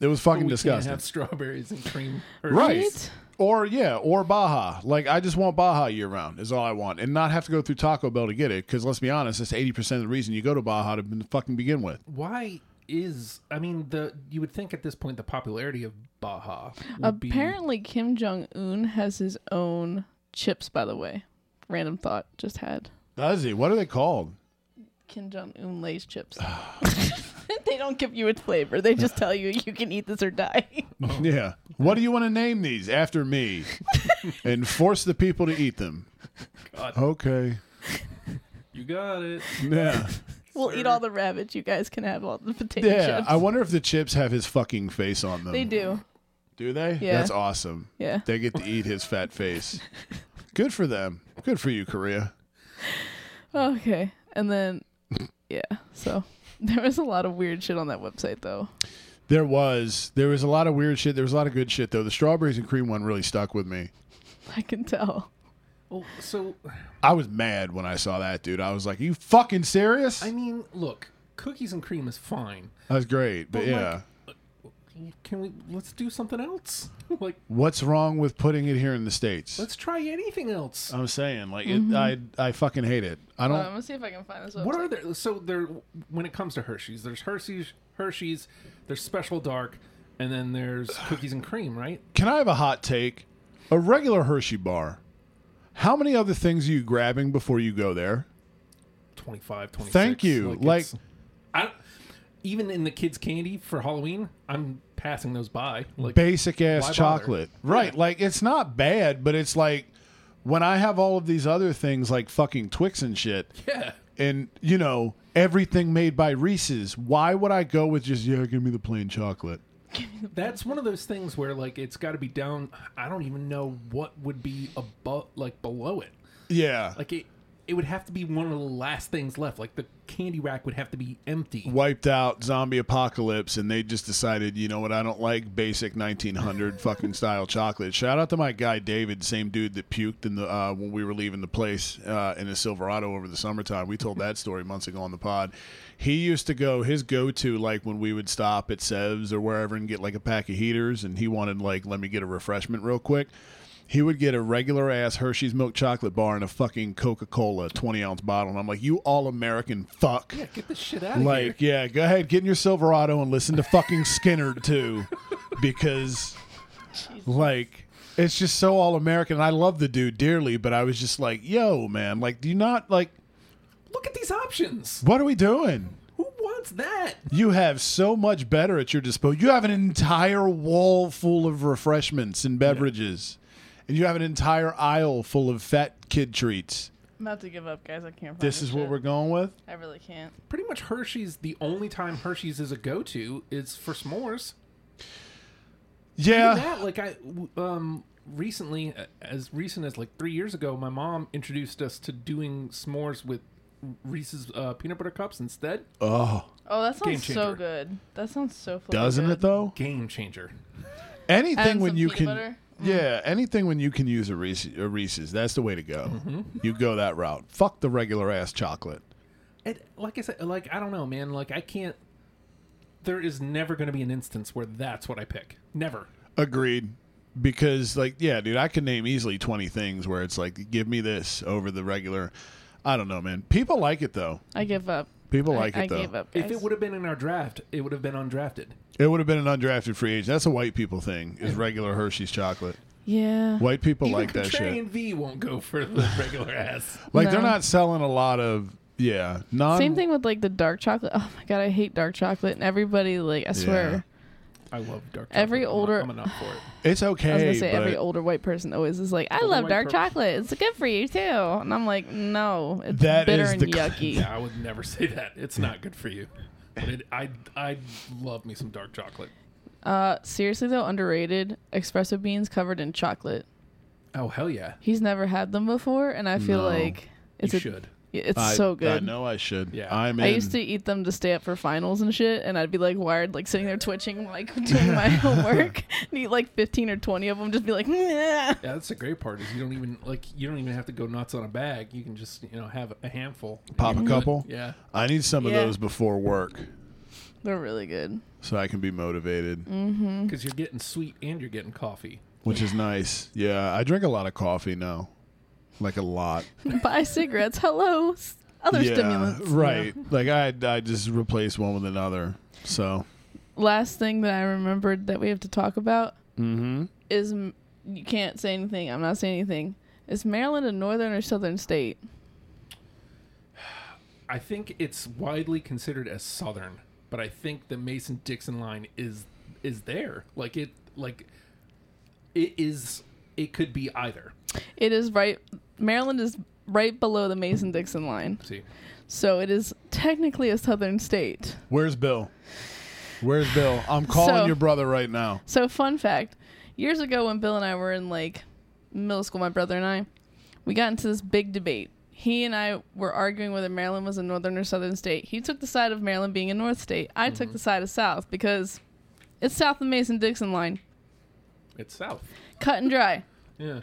S3: It was fucking
S4: we can't
S3: disgusting.
S4: have strawberries and cream. Or
S3: Right.
S5: Right?
S3: Or yeah, or Baja. Like I just want Baja year round is all I want, and not have to go through Taco Bell to get it. Because let's be honest, that's eighty percent of the reason you go to Baja to b- fucking begin with.
S4: Why is I mean the you would think at this point the popularity of Baja would
S5: Apparently, Kim Jong Un has his own chips. By the way, random thought just had
S3: Does he? What are they called?
S5: Kim Jong Un
S3: [sighs]
S5: Lay's chips. [laughs] they don't give you a flavor; they just tell you you can eat this or die. [laughs]
S3: Yeah. What do you want to name these after me? and force the people to eat them.
S4: God.
S3: Okay.
S4: be you got it.
S3: Yeah.
S5: We'll eat all the rabbits. You guys can have all the potato
S3: Yeah,
S5: chips.
S3: I wonder if the chips have his fucking face on them.
S5: they do.
S3: Do they?
S5: Yeah.
S3: That's awesome.
S5: Yeah.
S3: They get to eat his fat
S5: [laughs]
S3: face. Good for them. Good for you, Korea.
S5: Okay. And then, yeah. So [laughs] there was a lot of weird shit on that website, though.
S3: There was there was a lot of weird shit. There was a lot of good shit though. The strawberries and cream one really stuck with me.
S5: I can tell.
S4: Well, so
S3: I was mad when I saw that, dude. I was like, "You fucking serious?"
S4: I mean, look, cookies and cream is fine.
S3: that was great, but
S4: But,
S3: yeah.
S4: like- Can we let's do something else? [laughs] like,
S3: What's wrong with putting it here in the states?
S4: let's try anything else.
S3: I'm saying, like, it, I
S4: Mm-hmm.
S3: I fucking hate it. I
S5: Uh,
S3: don't.
S5: I'm
S4: Um,
S5: gonna see if I can find this website.
S4: What are there? So there, when it comes to Hershey's, there's Hershey's, Hershey's, there's Special Dark, and then there's cookies and cream, right?
S3: Can I have a hot take? A regular Hershey bar. How many other things are you grabbing before you go there?
S4: 25, 26.
S3: Thank you. Like,
S4: it's- I, even in the kids' candy for Halloween, I'm passing those by. Like,
S3: basic
S4: why
S3: ass
S4: bother?
S3: chocolate. Right. Like it's not bad, but it's like when I have all of these other things like fucking Twix and shit
S4: yeah,
S3: and you know, everything made by Reese's, why would I go with just yeah, give me the plain chocolate?
S4: that's one of those things where like it's got to be down. I don't even know what would be above, like below it.
S3: Yeah.
S4: Like it, it would have to be one of the last things left. Like the candy rack would have to be empty.
S3: Wiped out zombie apocalypse, and they just decided, you know what, I don't like basic 1900 [laughs] fucking style chocolate. Shout out to my guy David, same dude that puked in the uh, when we were leaving the place uh, in a Silverado over the summertime. We told that story months ago on the pod. He used to go his go to like when we would stop at Sev's or wherever and get like a pack of heaters, and he wanted like let me get a refreshment real quick. He would get a regular ass Hershey's milk chocolate bar and a fucking Coca Cola 20 ounce bottle. And I'm like, you all American fuck.
S4: Yeah, get the shit out of here.
S3: Like, yeah, go ahead, get in your Silverado and listen to fucking Skinner too, because, like, it's just so all American. And I love the dude dearly, but I was just like, yo, man, like, do you not like?
S4: Look at these options.
S3: What are we doing?
S4: Who wants that?
S3: You have so much better at your disposal. You have an entire wall full of refreshments and beverages, and you have an entire aisle full of fat kid treats.
S5: I'm about to give up, guys. I can't. Find
S3: This is what we're going with.
S5: I really can't.
S4: Pretty much Hershey's. The only time Hershey's is a go-to is for s'mores.
S3: Yeah.
S4: Even that, like I um recently, as recent as like three years ago, my mom introduced us to doing s'mores with Reese's uh, peanut butter cups instead.
S3: Oh,
S5: Oh, that sounds
S4: Game
S5: so
S4: changer.
S5: good. That sounds so. flippin'
S3: doesn't
S5: good.
S3: it though?
S4: Game changer.
S3: Anything
S5: And
S3: when
S5: some
S3: you
S5: peanut
S3: can,
S5: butter. Mm-hmm.
S3: yeah, anything when you can use a Reese's, a Reese's that's the way to go.
S4: Mm-hmm.
S3: You go that route. Fuck the regular ass chocolate.
S4: It, like I said, like I don't know, man. Like I can't. There is never going to be an instance where that's what I pick. Never.
S3: Agreed. Because like, yeah, dude, I can name easily twenty things where it's like, give me this over the regular. I don't know, man. People like it though.
S5: I give up.
S3: People
S5: I,
S3: like
S5: I
S3: it though.
S5: gave up.
S4: If
S5: guys.
S4: it would have been in our draft, it would have been undrafted.
S3: It would have been an undrafted free agent. That's a white people thing. Is regular Hershey's chocolate.
S5: yeah.
S3: White people
S4: Even
S3: like that
S4: Contrarian
S3: shit.
S4: V won't go for the regular [laughs] ass.
S3: Like
S5: No.
S3: they're not selling a lot of yeah non.
S5: Same thing with like the dark chocolate. Oh my god, I hate dark chocolate. And everybody, like, I swear,
S4: I love dark.
S5: Every
S4: chocolate. I'm
S5: older-
S4: not- I'm enough
S5: [laughs]
S4: for it.
S3: It's okay.
S5: I was gonna say
S3: but
S5: every older white person always is like, I love
S4: white
S5: dark
S4: per-
S5: chocolate. It's good for you too. And I'm like, no, it's
S3: That
S5: bitter
S3: is
S5: and
S3: the-
S5: yucky.
S4: Yeah, I would never say that. It's not good for you. But it, I I love me some dark chocolate.
S5: Uh, seriously though, underrated espresso beans covered in chocolate.
S4: Oh hell yeah,
S5: He's never had them before, and I feel
S3: No.
S5: like it's
S4: you
S5: a-
S4: should.
S5: it's
S3: I-
S5: so
S3: I
S5: good.
S3: know I should.
S4: Yeah.
S3: I'm in.
S5: I used to eat them to stay up for finals and shit, and I'd be like wired, like sitting there twitching, like [laughs]
S3: [laughs]
S5: doing my homework, and eat like 15 or 20 of them, just be like, "Nyeh."
S4: Yeah, that's the great part is you don't even like you don't even have to go nuts on a bag. You can just you know have a handful.
S3: Pop a couple?
S4: Yeah.
S3: I need some of
S5: Yeah.
S3: those before work
S5: they're really good.
S3: so I can be motivated,
S5: Mm, Mm-hmm.
S4: Because you're getting sweet and you're getting coffee.
S3: which is nice. Yeah, I drink a lot of coffee now. Like a lot.
S5: Buy cigarettes, hello, s- [laughs] other
S3: yeah,
S5: stimulants.
S3: Right. Like I I just replace one with another. So,
S5: Last thing that I remembered that we have to talk about is m- you can't say anything. I'm not saying anything. Is Maryland a northern or southern state?
S4: I think it's widely considered as southern, but I think the Mason Dixon line is is there. Like it like it is. It could be either.
S5: It is right. Maryland is right below the Mason Dixon line.
S4: See,
S5: So it is technically a southern state.
S3: Where's Bill? Where's Bill? I'm calling
S5: So-
S3: your brother right now.
S5: So, fun fact years ago, when Bill and I were in like middle school, my brother and I, we got into this big debate. He and I were arguing whether Maryland was a northern or southern state. He took the side of Maryland being a north state. I took the side of south because it's south of Mason Dixon line.
S4: It's south.
S5: Cut and dry.
S4: Yeah.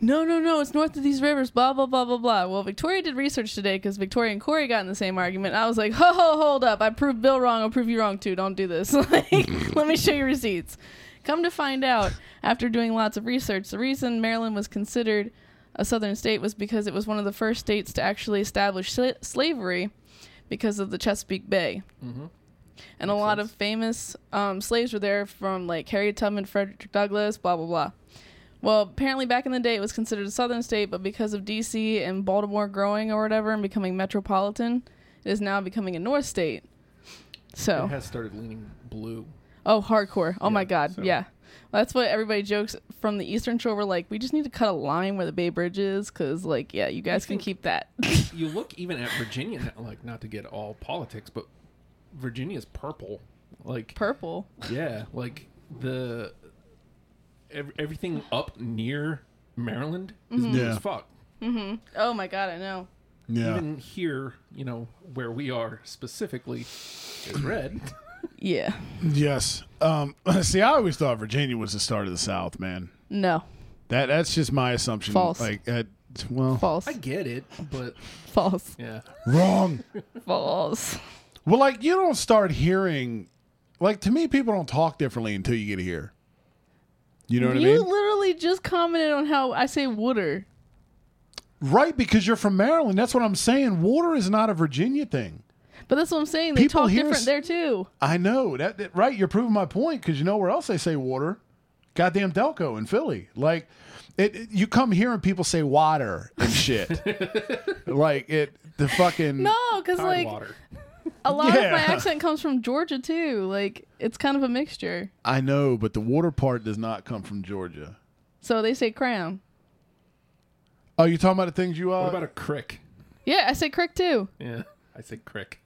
S5: no, no, no, it's north of these rivers, blah, blah, blah, blah, blah. Well, Victoria did research today because Victoria and Corey got in the same argument. I was like, ho, ho, hold up. I proved Bill wrong. I'll prove you wrong, too. Don't do this. [laughs] like, let me show you receipts. Come to find out, after doing lots of research, the reason Maryland was considered a southern state was because it was one of the first states to actually establish sla- slavery because of the Chesapeake Bay.
S4: Mm-hmm.
S5: And a lot of famous um, slaves were there from like Harriet Tubman, Frederick Douglass, blah, blah, blah. Well, apparently back in the day it was considered a southern state, but because of DC and Baltimore growing or whatever and becoming metropolitan, it is now becoming a north state.
S4: It
S5: So,
S4: has started leaning blue.
S5: oh, hardcore. Oh my
S4: Yeah,
S5: god.
S4: so-
S5: Yeah. Well, that's what everybody jokes from the eastern shore. We're like, we just need to cut a line where the Bay Bridge is cuz like, yeah, you guys can
S4: think-
S5: keep that.
S4: You look even at Virginia now, like not to get all politics, but Virginia's purple. Like
S5: Purple.
S4: yeah, like the ev- everything up near Maryland is
S5: Mm-hmm. Hmm.
S4: blue
S3: Yeah.
S4: as fuck.
S5: Oh my god, I know.
S3: Yeah.
S4: Even here, you know where we are specifically is red.
S5: Yeah.
S3: yes. Um, [laughs] see, I always thought Virginia was the start of the South, man.
S5: No.
S3: That that's just my assumption.
S5: False.
S3: Like, uh, well,
S5: False.
S4: I get it, but
S5: [laughs] False.
S4: yeah,
S3: wrong.
S5: False.
S3: Well, like you don't start hearing, like to me, people don't talk differently until you get here. You know what
S5: you
S3: I mean?
S5: literally just commented on how I say wooder.
S3: Right, because you're from Maryland. That's what I'm saying. Water is not a Virginia thing.
S5: But that's what I'm saying. They
S3: People
S5: talk
S3: here
S5: different
S3: s-
S5: there too.
S3: I know that, that- right. You're proving my point because you know where else they say water. Goddamn Delco in Philly. Like, it, it- you come here and people say water and
S5: [laughs]
S3: shit. like it, the fucking
S5: No, because
S4: hard
S5: like uh,
S4: water.
S5: a lot
S3: Yeah.
S5: of my accent comes from Georgia too. Like it's kind of a mixture.
S3: I know, but the water part does not come from Georgia.
S5: So they say crown.
S3: Oh, you talking about the things you uh,
S4: What about a crick?
S5: Yeah, I say crick too.
S4: Yeah, I said crick.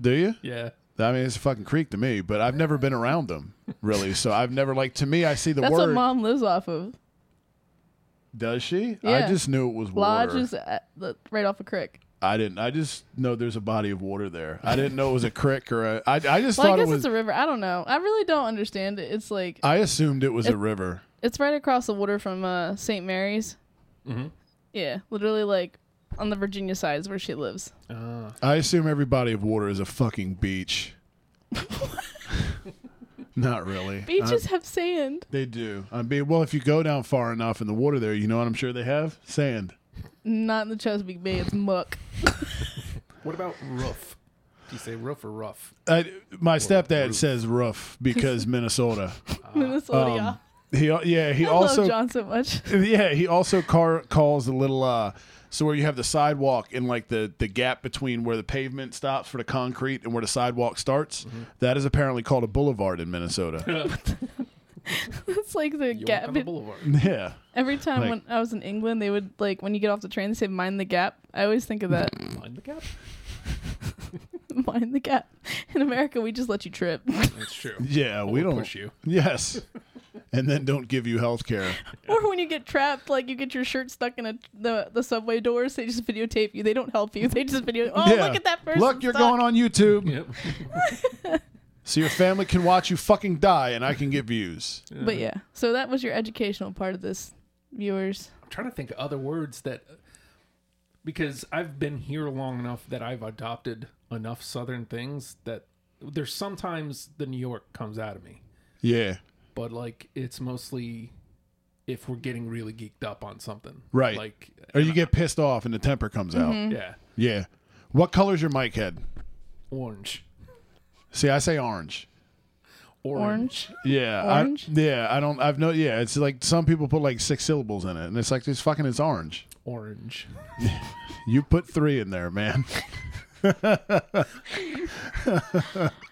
S3: do you?
S4: Yeah,
S3: I mean, it's a fucking creek to me, but I've never been around them really. So I've never like to me. I see the
S5: That's what
S3: word.
S5: mom lives off of.
S3: Does she? I
S5: Yeah.
S3: just knew it was
S5: Lodge
S3: water.
S5: is at the, right off of crick.
S3: I didn't. I just know there's a body of water there. I didn't know it was a creek or a. I, I just
S5: Well, I
S3: thought
S5: guess
S3: it was.
S5: it's a river. I don't know. I really don't understand it. It's like
S4: Uh,
S3: I assumed it was a river.
S5: it's right across the water from uh, St. Mary's.
S4: Mm-hmm.
S5: Yeah, literally like on the Virginia side is where she lives.
S3: I assume every body of water is a fucking
S5: [laughs]
S3: beach. Not really.
S4: Uh,
S3: Uh,
S5: Beaches have sand.
S3: They do. I mean, well, if you go down far enough in the water there, you know what I'm sure they have? Sand.
S5: Not in the Chesapeake Bay. It's muck.
S4: What about roof? Do you say roof or rough?
S3: I, my stepdad says roof
S5: [laughs]
S3: because Minnesota.
S4: Uh,
S5: Minnesota.
S4: um,
S5: yeah.
S3: He al- yeah he
S5: I
S3: also
S5: love John so much.
S3: [laughs]
S5: [laughs]
S3: yeah he also car calls the little uh so where you have the sidewalk and like the the gap between where the pavement stops for the concrete and where the sidewalk starts
S4: Mm-hmm.
S3: that is apparently called a boulevard in
S4: [laughs]
S3: Minnesota. [laughs]
S5: It's like the
S4: You walk
S5: gap.
S4: on the
S5: It,
S4: boulevard.
S3: yeah.
S5: every time
S3: Like-
S5: when I was in England, they would like when you get off the train, they say "mind the gap." I always think of that. [laughs]
S4: Mind the gap.
S5: mind the gap. In America, we just let you trip.
S4: That's true.
S3: Yeah, we
S4: We'll
S3: don't
S4: push [laughs] you.
S3: Yes. and then don't give you health care.
S5: [laughs] or when you get trapped, like you get your shirt stuck in a, the the subway doors, they just videotape you. They don't help you. [laughs] They just video. Oh,
S3: Yeah.
S5: look at that person.
S3: Look, you're
S5: stuck."
S3: going on YouTube.
S4: Yep.
S3: So your family can watch you fucking die and I can get views.
S5: But yeah, so that was your educational part of this, viewers.
S4: I'm trying to think of other words that because I've been here long enough that I've adopted enough southern things that there's sometimes the New York comes out of me.
S3: Yeah.
S4: But like it's mostly if we're getting really geeked up on something.
S3: Right.
S4: Like
S3: Or you get pissed off and the temper comes
S5: Mm-hmm.
S3: out.
S4: yeah.
S3: Yeah. What color's your mic head?
S4: Orange.
S3: See, I say orange.
S5: Orange.
S3: Yeah, I-
S5: Orange?
S3: yeah, I don't. I've no. Yeah, it's like some people put like six syllables in it, and it's like it's fucking. It's orange.
S4: Orange.
S3: You put three in there, man. [laughs]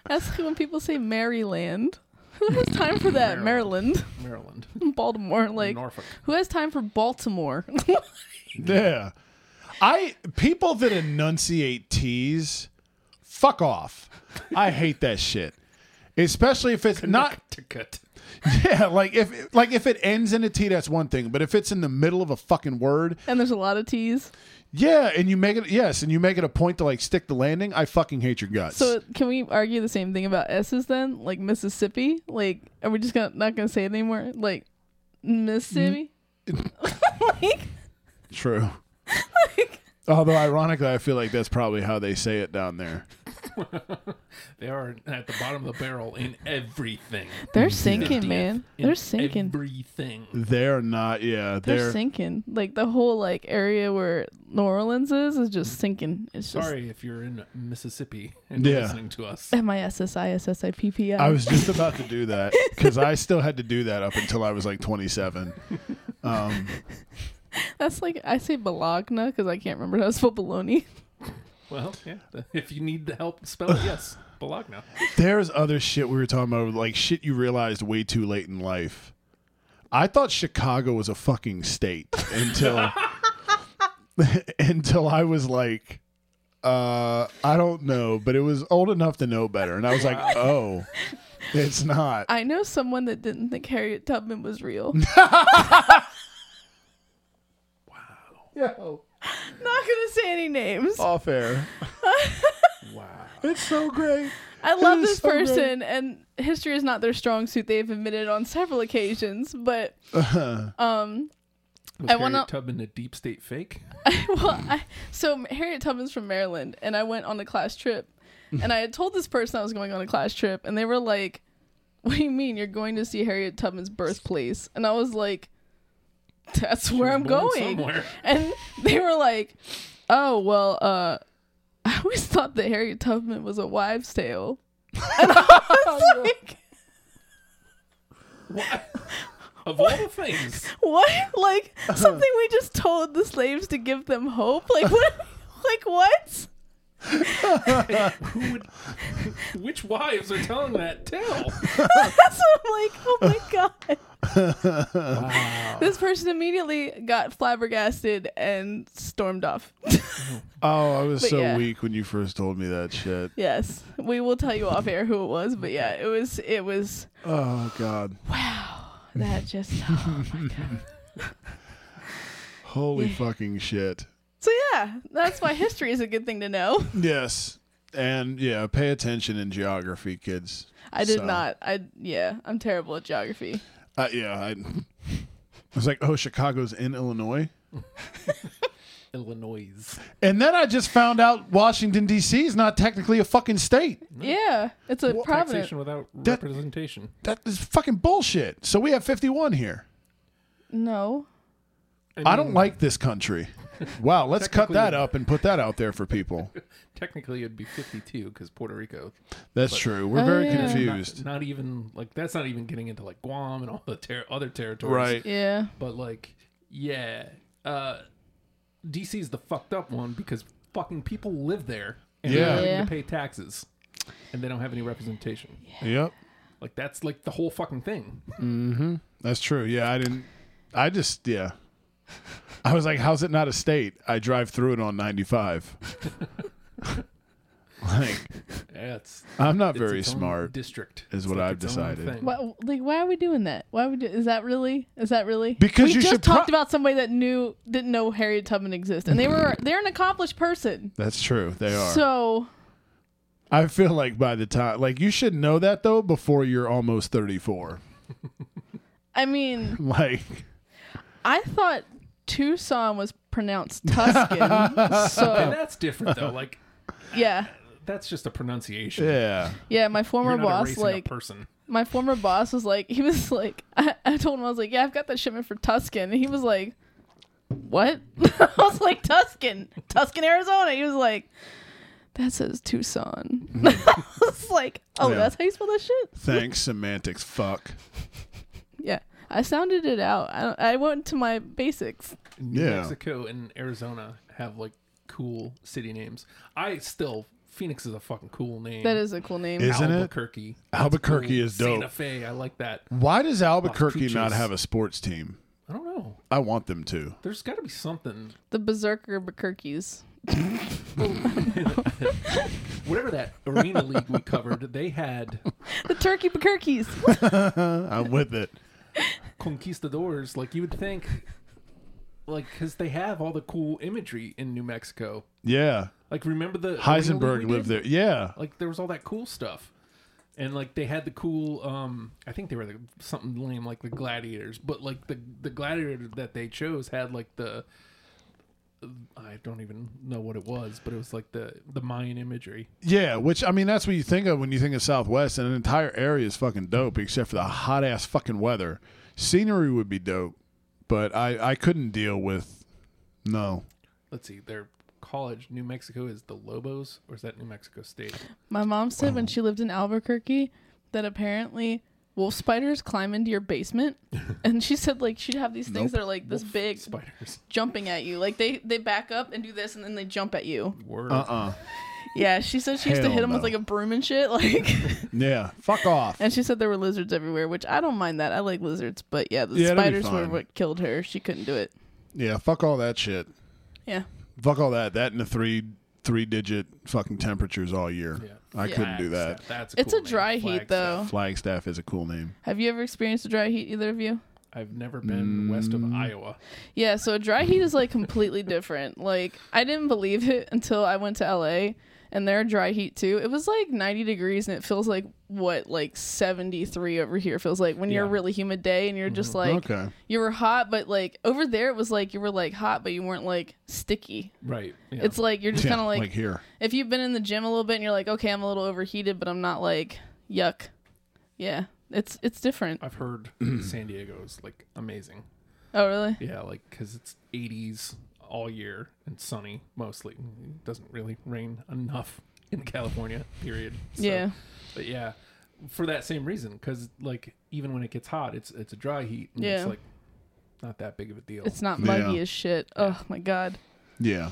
S5: That's [laughs] when people say Maryland. Who has time for that? Maryland, [laughs]
S4: Maryland.
S5: Baltimore, like
S4: Norfolk.
S5: Who has time for Baltimore? [laughs]
S3: yeah, I people that enunciate T's Fuck off. I hate that shit. Especially if it's
S4: [laughs]
S3: not
S4: to cut.
S3: [laughs] yeah, like if like if it ends in a T, that's one thing. But if it's in the middle of a fucking word,
S5: And there's a lot of T's.
S3: yeah, and you make it yes, and you make it a point to like stick the landing, I fucking hate your guts.
S5: So can we argue the same thing about S's then? Like Mississippi? Like are we just gonna, not going to say it anymore? Like Mississippi? like
S3: True. Although ironically, I feel like that's probably how they say it down there.
S4: They are at the bottom of the barrel in everything.
S5: they're sinking, man.
S4: In
S5: They're sinking.
S4: Everything.
S3: They're not. Yeah,
S5: They're,
S3: they're.
S5: sinking. Like the whole like area where New Orleans is is just sinking. It's just
S4: Sorry if you're in Mississippi and
S3: Yeah.
S4: listening to us.
S5: [laughs] M I S S I S S I P P
S3: I
S5: I.
S3: was just about to do that because I still had to do that up until I was like 27. Um,
S5: That's like I say Bologna because I can't remember how to spell bologna.
S4: Well, yeah. If you need the help, spell it. Yes, Bologna.
S3: there's other shit we were talking about, like shit you realized way too late in life. I thought Chicago was a fucking state until [laughs] until I was like, uh, I don't know, but it was old enough to know better, and I was like, oh, it's not.
S5: I know someone that didn't think Harriet Tubman
S3: [laughs]
S5: was real. [laughs]
S3: Yo,
S5: Not gonna say any names.
S3: off [laughs] air.
S4: Wow.
S3: It's so great.
S5: I love
S3: is
S5: this
S3: so great.
S5: person, and history is not their strong suit. They've admitted on several occasions, but
S3: [laughs]
S5: um,
S4: Was
S5: I
S4: Harriet
S5: wanna-
S4: Tubman a deep state fake?
S5: [laughs] well, I, so Harriet Tubman's from Maryland, and I went on a
S4: [laughs]
S5: class trip, and I had told this person I was going on a class trip, and they were like, "What do you mean you're going to see Harriet Tubman's birthplace?" And I was like, "That's where I'm
S4: Born
S5: going." [laughs]
S4: Somewhere.
S5: and they were like, "Oh well, uh, [laughs] I always thought that Harriet Tubman was a
S4: [laughs]
S5: wives' tale," and I
S4: Oh,
S5: was like,
S4: What? Of all the things.
S5: "What? Like
S4: [laughs]
S5: something we just told the slaves to give them hope? Like what? [laughs] like what?"
S4: Who would, [laughs] which wives are telling that tale?
S5: That's what I'm like. Oh my god! This person immediately got flabbergasted and stormed off.
S3: Oh, I was
S5: But
S3: so
S5: yeah.
S3: weak when you first told me that shit.
S5: yes, we will tell you off air who it was, but yeah, it was it was
S3: [laughs] Oh God.
S5: that just. oh my God.
S3: Holy fucking shit.
S5: So yeah, that's why history is a good thing to know.
S3: Yes. And yeah, pay attention in geography, kids.
S5: I did
S3: So-
S5: not. I yeah, I'm terrible at geography.
S3: Uh, yeah, I, [laughs] I was like, oh, Chicago's in Illinois.
S4: Illinois.
S3: And then I just found out Washington D.C. is not technically a fucking state.
S5: Yeah, it's a providence.
S4: Taxation without
S3: That-
S4: representation.
S3: That is fucking bullshit. So we have 51 here.
S5: No,
S3: I don't like this [laughs] country. Wow, let's cut that up and put that out there for people.
S4: Technically, it'd be 52 because Puerto Rico.
S3: That's true. We're very
S5: yeah.
S3: confused.
S4: Oh, Not even, like, that's not even getting into, like, Guam and all the ter- other territories.
S3: Right.
S5: yeah,
S4: But, like, yeah. Uh, DC's the fucked up one because fucking people live there and
S3: Yeah.
S4: they're having
S5: Yeah.
S4: to pay taxes and they don't have any representation.
S3: Yep.
S4: Like, that's, like, the whole fucking thing.
S3: That's true. Yeah, I didn't. I just yeah. I was like, how's it not a state? I drive through it on 95. [laughs] like,
S4: Yeah, it's,
S3: I'm not
S4: it's
S3: very
S4: its own
S3: smart.
S4: District
S3: is
S4: It's
S3: what
S4: like
S3: I've
S4: its own
S3: decided.
S4: thing.
S5: why, like why are we doing that? Why would is that really? Is that really?
S3: Because
S5: we
S3: you
S5: just
S3: should
S5: talked
S3: pro-
S5: about somebody that knew didn't know Harriet Tubman existed, and they were they're an accomplished person.
S3: That's true. They are.
S5: So
S3: I feel like by the time, like, you should know that though before you're almost 34.
S5: I mean,
S3: [laughs] Like,
S5: I thought Tucson was
S4: [laughs]
S5: pronounced Tuscan.
S4: And
S5: so
S4: that's different,
S3: [laughs]
S4: though. Like,
S5: yeah,
S4: that's just a pronunciation.
S3: yeah.
S5: yeah. My
S4: You're
S5: former
S4: not
S5: boss
S4: erasing
S5: like
S4: a person.
S5: my former boss was like, [laughs] he was like, I, I told him I was like, yeah, I've got that shipment for Tuscan, and he was like, what? [laughs] I was like, Tuscan, Tuscan, Arizona. He was like, that says Tucson. [laughs] I was like, oh,
S3: Mm-hmm. Yeah.
S5: that's how you spell that shit.
S3: Thanks, semantics. Fuck.
S5: Yeah, I sounded it out. I, don't- I went to my basics.
S4: New
S3: Yeah.
S4: Mexico and Arizona have like cool city names. I still Phoenix is a fucking cool name.
S5: That is a cool name.
S3: Is- Isn't it?
S4: Albuquerque. That's
S3: Albuquerque is dope.
S4: Santa Fe, I like that.
S3: Why does Albuquerque
S4: Las
S3: not
S4: Cruces.
S3: have a sports team?
S4: I don't know.
S3: I want them to.
S4: There's got to be something. [laughs]
S5: the Berserker Bukerkis.
S4: Whatever that arena league we covered, they had
S5: The turkey bakirkies.
S3: I'm with it.
S4: conquistadors. Like you would think, like because they have all the cool imagery in New Mexico.
S3: Yeah.
S4: Like remember the arena league
S3: Heisenberg
S4: we
S3: lived
S4: did?
S3: there. Yeah.
S4: Like there was all that cool stuff, and like they had the cool. um I think they were the, something lame like the gladiators, but like the the gladiator that they chose had like the. I don't even know what it was, but it was like the the Mayan imagery.
S3: Yeah, which I mean, that's what you think of when you think of Southwest, and an entire area is fucking dope, except for the hot ass fucking weather. Scenery would be dope, but I I couldn't deal with no.
S4: Let's see, their college, New Mexico, is the Lobos, or is that New Mexico State?
S5: My mom said when she lived in Albuquerque that apparently wolf spiders climb into your
S3: [laughs]
S5: basement, and she said like she'd have these things that are like this
S3: [laughs]
S5: big,
S4: Spiders.
S5: jumping at you. Like they they back up and do this, and then they jump at you.
S4: Word.
S3: Uh uh
S5: Yeah, she said she used to
S3: Hell
S5: hit them
S3: no.
S5: with like a broom and shit. [laughs] Like,
S3: Yeah, fuck off.
S5: and she said there were lizards everywhere, which I don't mind that. I like lizards, but yeah, the
S3: Yeah, that'd be
S5: spiders were
S3: fine.
S5: what killed her. She couldn't do it.
S3: Yeah, fuck all that shit.
S5: Yeah.
S3: Fuck all that. That and the three three digit fucking temperatures all year.
S4: Yeah.
S3: I
S5: Yeah.
S3: couldn't do that.
S4: That's a
S5: It's
S4: cool
S5: a
S4: name,
S5: dry heat
S4: Flagstaff.
S5: though.
S3: Flagstaff is a cool name.
S5: Have you ever experienced a dry heat? Either of you?
S4: I've never been west
S3: Mm.
S4: of Iowa.
S5: Yeah, so dry heat is like completely different. Like I didn't believe it until I went to LA and their dry heat too. It was like 90 degrees and it feels like what like 73 over here feels like when you're a
S4: Yeah.
S5: really humid day and you're just like
S3: Mm-hmm. Okay.
S5: you were hot but like over there it was like you were like hot but you weren't like sticky.
S4: Right. Yeah.
S5: It's like you're just
S3: Yeah,
S5: kind of like,
S3: like here.
S5: if you've been in the gym a little bit and you're like okay, I'm a little overheated but I'm not like yuck. Yeah. It's it's different.
S3: [clears throat]
S4: I've heard San Diego is like amazing.
S5: Oh really?
S4: Yeah, like because it's 80s all year and sunny mostly. It doesn't really rain enough in California, period. So-
S5: Yeah.
S4: But yeah, for that same reason, because like even when it gets hot, it's it's a dry heat. And
S5: Yeah.
S4: It's like not that big of a deal.
S5: It's not muggy
S3: Yeah.
S5: as shit. Oh my god.
S3: Yeah.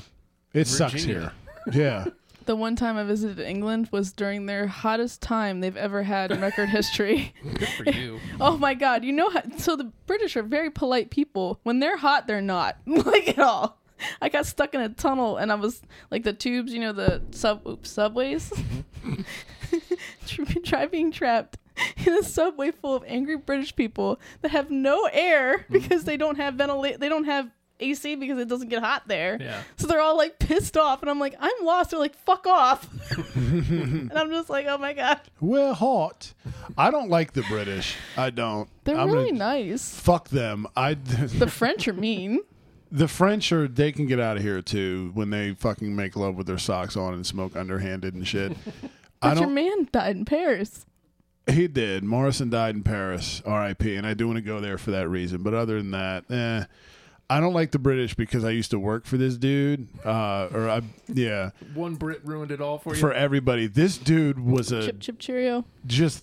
S3: It sucks here.
S4: Virginia.
S3: Yeah.
S5: The one time I visited England was during their hottest time they've ever had in record history.
S4: good for you.
S5: oh my god, you know how so the British are very polite people. When they're hot, they're not. [laughs] like at all. I got stuck in a tunnel and I was like the tubes, you know, the sub oops, subways. [laughs] Try- Try being trapped in a subway full of angry British people that have no air because they don't have ventilate they don't have AC because it doesn't get hot there.
S4: Yeah.
S5: So they're all like pissed off, and I'm like, I'm lost. They're like,
S3: [laughs]
S5: fuck off. and I'm just like, oh my God.
S3: We're hot. I don't like the British. I don't.
S5: They're
S3: I'm
S5: really
S3: gonna-
S5: nice.
S3: Fuck them. I [laughs]
S5: The French are mean.
S3: the French are they can get out of here too when they fucking make love with their socks on and smoke underhanded and shit. [laughs] I
S5: [laughs] But your
S3: don't.
S5: man died in Paris.
S3: He did. Morrison died in Paris, R.I.P. And I do want to go there for that reason. But other than that, eh. I don't like the British because I used to work for this dude. Uh, or I,
S5: [laughs]
S3: yeah,
S4: One Brit ruined it all for you.
S3: for everybody. This dude was a
S5: Chip, chip, cheerio.
S3: just.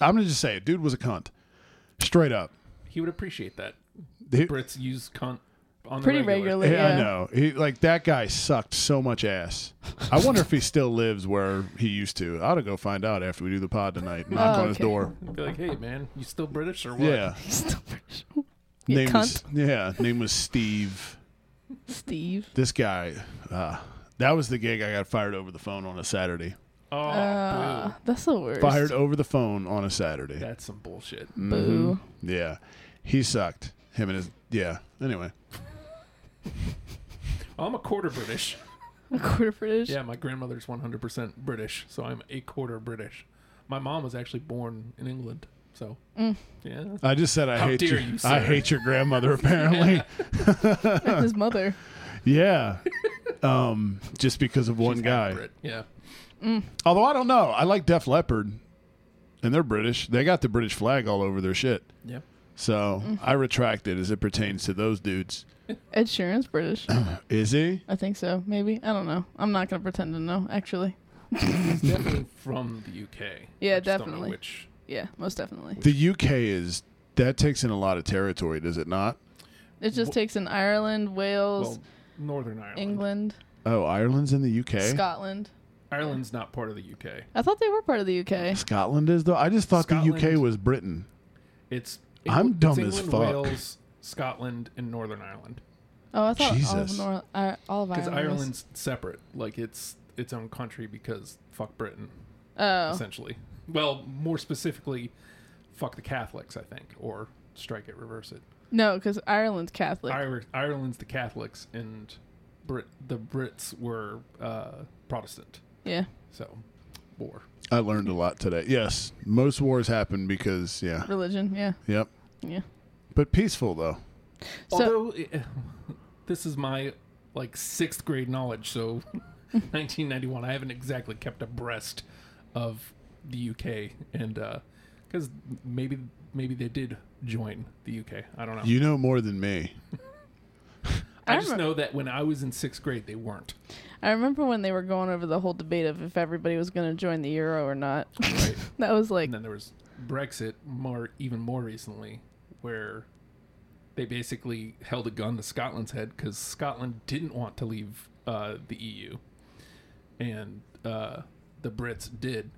S3: I'm gonna just say it. Dude was a cunt, straight up.
S4: he would appreciate that.
S3: He-
S4: Brits use cunt on the
S5: Pretty
S4: regular.
S5: regularly.
S3: Yeah,
S5: Yeah.
S3: I know. He like that guy sucked so much ass. I wonder if he still lives where he used to. I ought to go find out after we do the pod tonight. Knock
S5: Oh,
S3: on his
S5: okay.
S3: door.
S4: Be like, hey man, you still British or what?
S3: Yeah.
S5: [laughs] He's still British. You
S3: name was
S5: cunt.
S3: yeah. Name was Steve.
S5: Steve.
S3: This guy. Uh, that was the gig I got fired over the phone on a Saturday.
S4: Oh,
S5: Uh, that's the worst.
S3: Fired over the phone on a
S4: boo.
S3: Saturday. Mm-hmm.
S4: that's some bullshit.
S5: Boo.
S3: Yeah. He sucked. Him and his yeah. Anyway.
S4: I'm a quarter British.
S3: Mm-hmm.
S5: A quarter British.
S4: Yeah, my grandmother's 100% British, so I'm a quarter British. My mom was actually born in England, so
S5: Mm.
S4: yeah.
S3: I just said I
S4: How
S3: hate
S4: dare
S3: your-
S4: you,
S3: I
S4: sir.
S3: hate your grandmother apparently. [laughs]
S5: His mother.
S3: yeah. Um just because of one
S4: She's
S3: guy.
S4: half Brit, Yeah,
S3: Although I don't know, I like Def Leppard, and they're British. They got the British flag all over their shit.
S4: yeah.
S3: So I retract it as it pertains to those dudes.
S5: Ed Sheeran's British.
S3: Is he?
S5: I think so. Maybe. I don't know. I'm not going to pretend to know, actually.
S4: He's definitely from the UK.
S5: Yeah,
S4: I just Don't know
S5: definitely.
S4: which?
S5: Yeah, most definitely.
S3: The UK is that takes in a lot of territory, does it not?
S5: It just takes in Ireland, Wales,
S4: Well, Northern Ireland.
S5: England,
S3: Oh, Ireland's in the UK.
S5: Scotland.
S4: Ireland's not part of the UK.
S5: I thought they were part of the UK.
S3: Scotland is though. I just thought the UK
S4: Scotland.
S3: was Britain.
S4: It's
S3: I'm
S4: it's
S3: dumb as
S4: England,
S3: fuck.
S4: Wales, Scotland, and Northern Ireland.
S5: Oh, I thought
S3: Jesus.
S5: all of, Nor- uh, all of
S4: because
S5: Ireland. was-
S4: Ireland's separate. Like it's its own country because fuck Britain,
S5: Oh,
S4: essentially. Well, more specifically, fuck the Catholics, I think, or strike it, reverse it.
S5: no, because Ireland's Catholic.
S4: Ire- Ireland's the Catholics, and Brit- the Brits were uh, Protestant.
S5: yeah.
S4: So, war.
S3: I learned a lot today. Yes, most wars happen because yeah,
S5: Religion. Yeah.
S3: yep.
S5: Yeah.
S3: But peaceful though.
S5: So-
S4: Although eh, this is my like sixth grade knowledge,
S5: [laughs]
S4: so 1991, I haven't exactly kept abreast of the UK, and because maybe maybe they did join the UK. I don't know.
S3: You know more than me.
S4: I,
S5: I
S4: just
S5: remem-
S4: know that when I was in sixth grade, they weren't.
S5: I remember when they were going over the whole debate of if everybody was going to join the euro or not. [laughs]
S4: Right.
S5: that was like,
S4: and then there was Brexit, more even more recently, where they basically held a gun to Scotland's head because Scotland didn't want to leave uh, the EU, and uh, the Brits did,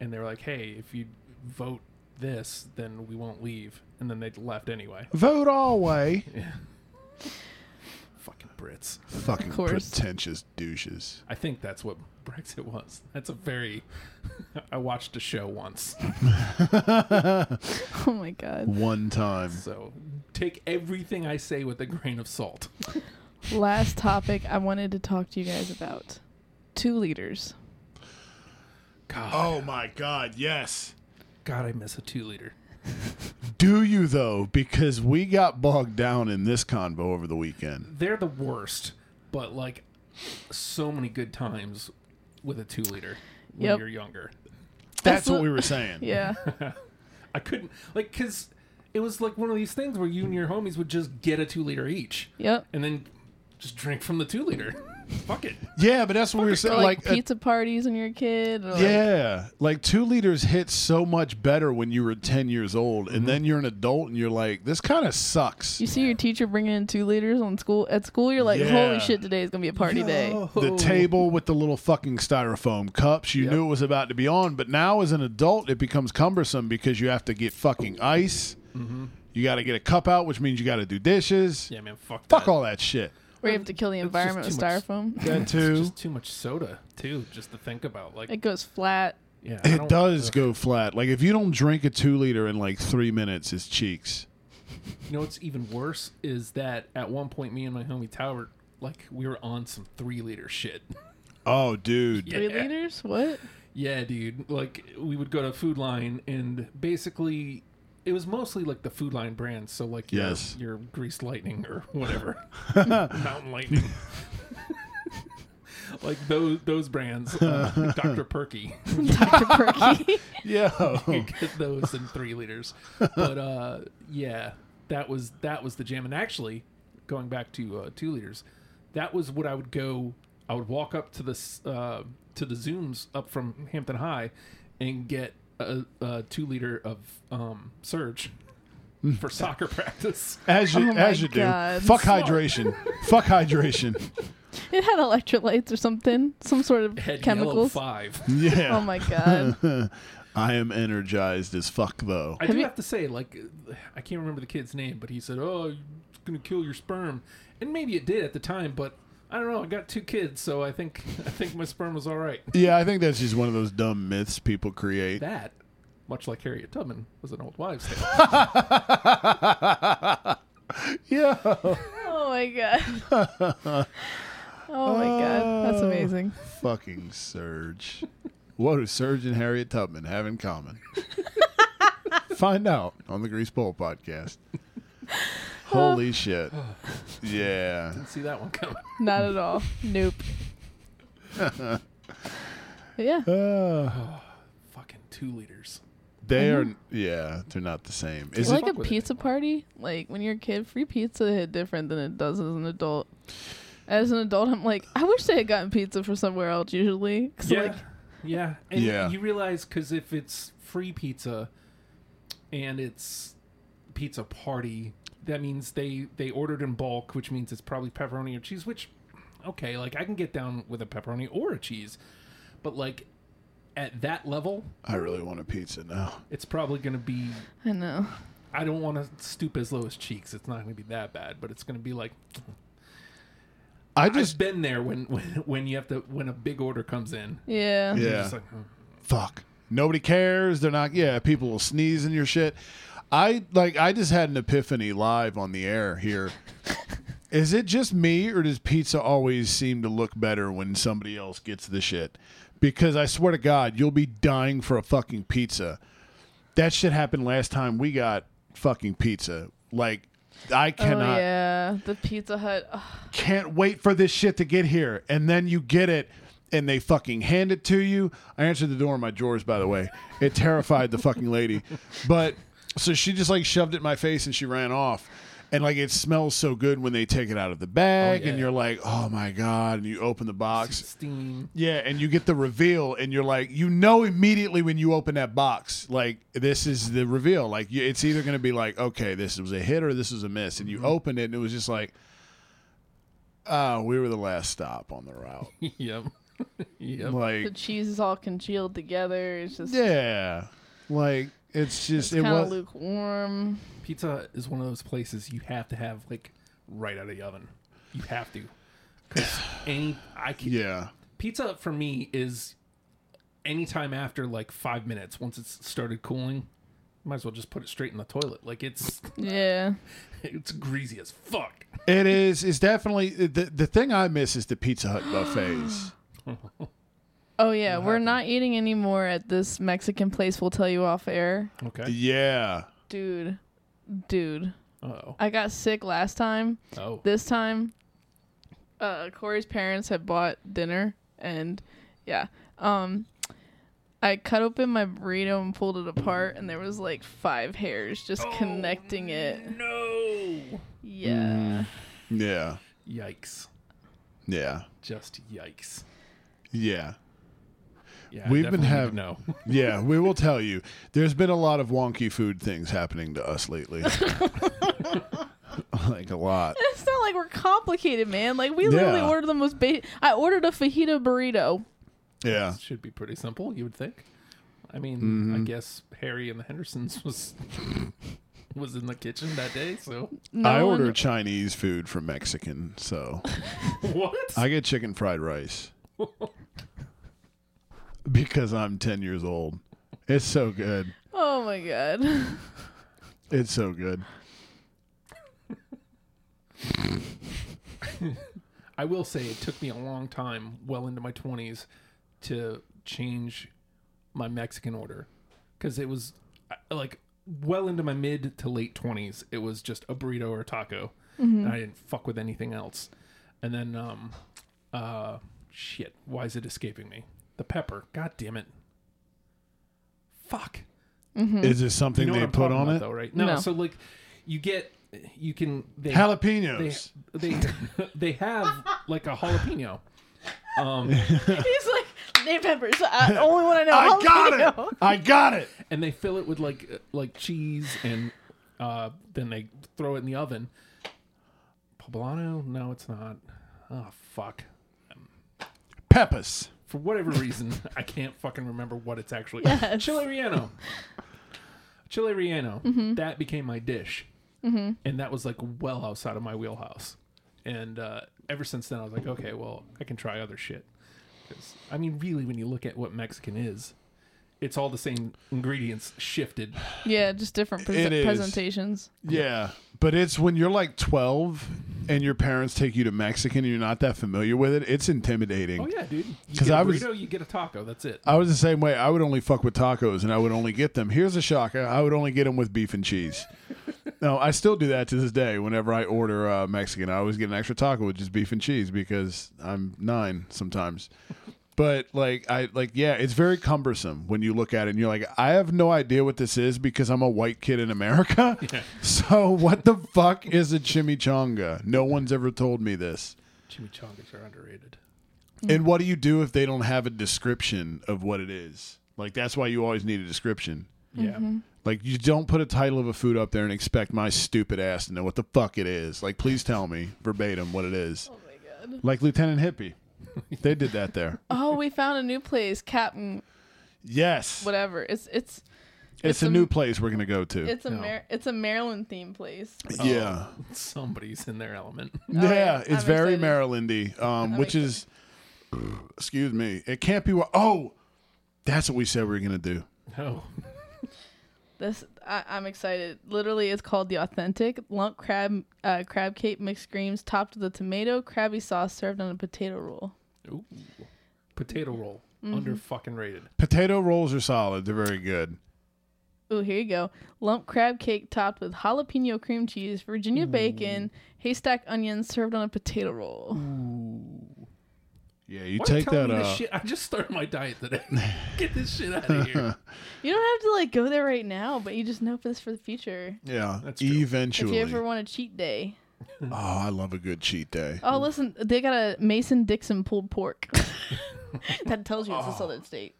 S4: and they were like, "Hey, if you vote this, then we won't leave," and then they left anyway.
S3: Vote all way.
S4: [laughs] Fucking Brits.
S3: Fucking
S5: Of course.
S3: pretentious douches.
S4: I think that's what Brexit was. That's a very. [laughs] I watched a show once.
S5: oh my god.
S3: One time.
S4: So take everything I say with a grain of salt.
S5: Last topic I wanted to talk to you guys about: two liters.
S4: God.
S3: Oh my god, yes.
S4: God, I miss a two liter.
S3: Do you though? Because we got bogged down in this convo over the weekend.
S4: They're the worst, but like so many good times with a two liter when
S5: Yep.
S4: you're younger.
S3: That's
S5: the-
S3: what we were saying.
S4: [laughs]
S5: Yeah.
S4: I couldn't like because it was like one of these things where you and your homies would just get a two liter each
S5: yep.
S4: and then just drink from the two liter. Fuck it.
S3: Yeah, but that's what we were
S5: Or
S3: saying.
S5: like,
S3: Like, uh,
S5: pizza parties when you're a kid. Or like,
S3: yeah, like two liters hit so much better when you were ten years old, and then you're an adult and you're like, this kind of sucks.
S5: You see your teacher bringing in two liters on school at school. You're like,
S3: Yeah.
S5: holy shit, today is gonna be a party day.
S3: the table with the little fucking styrofoam cups. You
S4: Yep.
S3: knew it was about to be on, but now as an adult, it becomes cumbersome because you have to get fucking ice. You got to get a cup out, which means you got to do dishes.
S4: Yeah, man. Fuck.
S3: Fuck
S4: that.
S3: all that shit.
S5: Where you have to kill the
S4: just
S5: environment with
S4: too much.
S5: styrofoam.
S3: That
S4: It's
S3: too.
S4: just too much soda too, just to think about. Like,
S5: It goes flat.
S4: yeah, I
S3: It
S4: don't-
S3: does
S4: ugh.
S3: go flat. Like if you don't drink a two liter in like three minutes, it's cheeks.
S4: You know what's even worse is that at one point, me and my homie Tower, like, we were on some three liter shit. [laughs]
S3: Oh, dude.
S5: Three
S4: Yeah.
S5: liters?
S4: [laughs]
S5: What? [laughs]
S4: Yeah, dude. Like we would go to Food Line, and basically, it was mostly like the Food Line brands. So like your
S3: Yes.
S4: your Grease Lightning or whatever, Mountain Lightning, [laughs] like those those brands. Uh, Dr. Perky,
S5: Dr. Perky.
S3: Yeah.
S4: you get those in three liters. But uh, yeah, that was that was the jam. And actually, going back to uh, two liters, that was what I would go. I would walk up to the s- uh, to the zooms up from Hampton High, and get a, a two liter of um, surge for soccer practice.
S3: [laughs] As you
S5: Oh my
S3: as you
S5: God.
S3: do. Fuck hydration. Fuck hydration.
S5: it had electrolytes or something. Some sort of
S4: Head yellow
S5: chemicals.
S4: five.
S3: Yeah.
S5: Oh my
S3: [laughs]
S5: god.
S3: I am energized as fuck though.
S4: I do
S5: you-
S4: have to say, like, I can't remember the kid's name, but he said, "Oh, it's gonna kill your sperm," and maybe it did at the time, but I don't know. I got two kids, so I think [laughs] I think my sperm was all right.
S3: Yeah, I think that's just one of those dumb myths people create.
S4: That, much like Harriet Tubman, was an old wives' tale.
S3: [laughs] Yeah.
S5: Oh my god. Oh my god.
S3: Uh.
S5: That's amazing.
S3: Fucking Surge. What do Surge and Harriet Tubman have in common? Find out on the Grease Bowl podcast. Holy shit. Yeah.
S4: Didn't see that one coming. [laughs]
S5: Not at all. Nope. yeah.
S3: Uh,
S4: Fucking two liters.
S3: they are, yeah, they're not the same. Is
S5: like
S3: it,
S5: a
S4: fuck with it.
S5: pizza party, like when you're a kid, free pizza hit different than it does as an adult. As an adult, I'm like, I wish they had gotten pizza from somewhere else. Usually, 'Cause,
S4: Yeah,
S5: like,
S4: yeah, and
S3: Yeah.
S4: you realize because if it's free pizza, and it's pizza party, that means they they ordered in bulk, which means it's probably pepperoni or cheese. Which, okay, like I can get down with a pepperoni or a cheese, but like at that level,
S3: I really want a pizza now.
S4: it's probably gonna be.
S5: I know.
S4: I don't want to stoop as low as cheeks. It's not gonna be that bad, but it's gonna be like
S3: I
S4: I've
S3: just
S4: been there when, [laughs] when when you have to when a big order comes in.
S5: Yeah.
S4: You're
S3: Yeah.
S4: just like, "Oh."
S3: fuck. Nobody cares. They're not. Yeah, people will sneeze in your shit. I like. I just had an epiphany live on the air [laughs] here. Is it just me, or does pizza always seem to look better when somebody else gets the shit? Because I swear to God, you'll be dying for a fucking pizza. That shit happened last time we got fucking pizza. Like, I cannot
S5: Oh yeah. The Pizza Hut. Ugh.
S3: can't wait for this shit to get here. And then you get it and they fucking hand it to you. I answered the door in my drawers, by the way. It terrified the fucking lady. But so she just like shoved it in my face and she ran off. And like it smells so good when they take it out of the bag
S4: yeah.
S3: and you're like, oh my God. And you open the box.
S4: steam. [laughs]
S3: Yeah. And you get the reveal and you're like, you know immediately when you open that box, like this is the reveal. Like you- it's either going to be like, okay, this was a hit or this was a miss. And you opened it and it was just like, Oh, we were the last stop on the route.
S4: yep. [laughs] yep.
S5: The
S3: Like,
S5: cheese is all congealed together. It's just
S3: yeah, like it's just it
S5: kind of
S3: was.
S5: lukewarm.
S4: Pizza Hut is one of those places you have to have like right out of the oven. You have to.
S3: [sighs]
S4: 'Cause any I can
S3: yeah,
S4: Pizza Hut for me is anytime after like five minutes, once it's started cooling, might as well just put it straight in the toilet. Like it's [laughs]
S5: Yeah.
S4: it's greasy as fuck.
S3: it is. It's definitely the the thing I miss is the Pizza Hut buffets.
S5: Oh yeah, we're not eating anymore at this Mexican place. We'll tell you off air,
S4: Okay.
S3: yeah,
S5: dude. Dude,
S4: Oh.
S5: I got sick last time.
S4: Oh.
S5: This time, uh, Corey's parents had bought dinner, and yeah, um, I cut open my burrito and pulled it apart, and there was like five hairs
S3: Oh,
S5: just connecting it.
S4: No.
S5: Yeah,
S3: yeah,
S4: Yikes.
S3: yeah,
S4: Just yikes.
S3: yeah.
S4: Yeah. I
S3: We've been
S4: definitely
S3: hav-
S4: would know. [laughs]
S3: Yeah, we will tell you. There's been a lot of wonky food things happening to us lately. [laughs] like a lot.
S5: it's not like we're complicated, man. Like we literally
S3: Yeah.
S5: ordered the most. Ba- I ordered a fajita burrito.
S3: Yeah.
S4: Should be pretty simple, you would think. I mean, I guess Harry and the Hendersons was was in the kitchen that day, so
S5: No
S3: I
S5: one-
S3: order Chinese food from Mexican, so
S4: what?
S3: I get chicken fried rice because I'm 10 years old. It's so good.
S5: Oh my
S3: [laughs]
S5: god.
S3: It's so good.
S4: I will say it took me a long time, well into my 20s, to change my Mexican order because it was uh, like well into my mid to late 20s. It was just a burrito or a taco, and I didn't fuck with anything else. And then, um, uh, shit, why is it escaping me? The pepper, god damn it, fuck.
S5: Mm-hmm.
S3: Is this something
S4: You know what
S3: they
S4: I'm
S3: put
S4: talking
S3: on
S4: about,
S3: it?
S4: though, right? No,
S5: No.
S4: so like you get, you can they they
S3: Jalapenos.
S4: they [laughs] they have like a jalapeno.
S5: He's like name peppers. I, only one I
S3: [laughs]
S5: know.
S3: I got
S5: Jalapeno.
S3: it. I got it.
S4: and they fill it with like uh, like cheese and uh, then they throw it in the oven. Poblano? No, it's not. Oh fuck!
S3: Peppers.
S4: For whatever reason, I can't fucking remember what it's actually.
S5: Yes.
S4: Chile relleno. Chile relleno. That became my dish, mm-hmm. and that was like well outside of my wheelhouse. And uh, ever since then, I was like, okay, well, I can try other shit. 'Cause, I mean, really, when you look at what Mexican is, it's all the same ingredients shifted
S5: Yeah, just different
S3: It
S5: pre-
S3: is.
S5: presentations.
S3: Yeah. But it's when you're like 12 and your parents take you to Mexican and you're not that familiar with it, it's intimidating.
S4: Oh yeah, dude. Because
S3: 'Cause
S4: I
S3: I
S4: burrito,
S3: was-
S4: you get a taco. That's it.
S3: I was the same way. I would only fuck with tacos, and I would only get them. Here's a shocker: I would only get them with beef and cheese. no, I still do that to this day. Whenever I order uh, Mexican, I always get an extra taco with just beef and cheese because I'm nine sometimes. But like I like yeah, it's very cumbersome when you look at it and you're like, I have no idea what this is because I'm a white kid in America. [laughs] So what the fuck is a chimichanga? No one's ever told me this.
S4: Chimichangas are underrated.
S3: And what do you do if they don't have a description of what it is? Like that's why you always need a description.
S4: Yeah.
S3: Like you don't put a title of a food up there and expect my stupid ass to know what the fuck it is. Like please tell me verbatim what it is. Oh my god. Like Lieutenant Hippie. [laughs] they did that there.
S5: Oh, we found a new place, Captain
S3: Yes.
S5: whatever. It's it's
S3: It's, a,
S5: a-
S3: new place we're gonna go to.
S5: It's a Mar- it's a Maryland themed place.
S3: yeah,
S4: Somebody's in their element. [laughs]
S3: yeah,
S5: yeah.
S3: it's
S5: I'm
S3: very
S5: excited.
S3: Marylandy, um,
S5: I'm
S3: which is, excuse me, it can't be. wa- Oh, that's what we said we were gonna do.
S4: Oh,
S5: This I, I'm excited. Literally, it's called the authentic lump crab uh, crab cake mixed greens topped with a tomato crabby sauce served on a potato roll.
S4: Ooh. potato roll
S5: Mm-hmm.
S4: under fucking rated.
S3: Potato rolls are solid. They're very good.
S5: Ooh, here you go. Lump crab cake topped with jalapeno cream cheese,
S3: Mm.
S5: Virginia bacon, haystack onions served on a potato roll.
S3: Mm. Yeah, you
S4: Why
S3: take that.
S4: tell me this
S3: Uh,
S4: shit? I just started my diet
S3: [laughs]
S4: today. [laughs] Get this shit out of here.
S5: You don't have to like go there right now, but you just know for this for the future.
S3: yeah,
S4: That's true.
S3: eventually.
S5: If you ever want a cheat day.
S3: oh, I love a good cheat day.
S5: Oh, listen, they got a Mason Dixon
S3: [laughs]
S5: pulled pork. that tells you it's a
S3: Oh.
S5: southern state.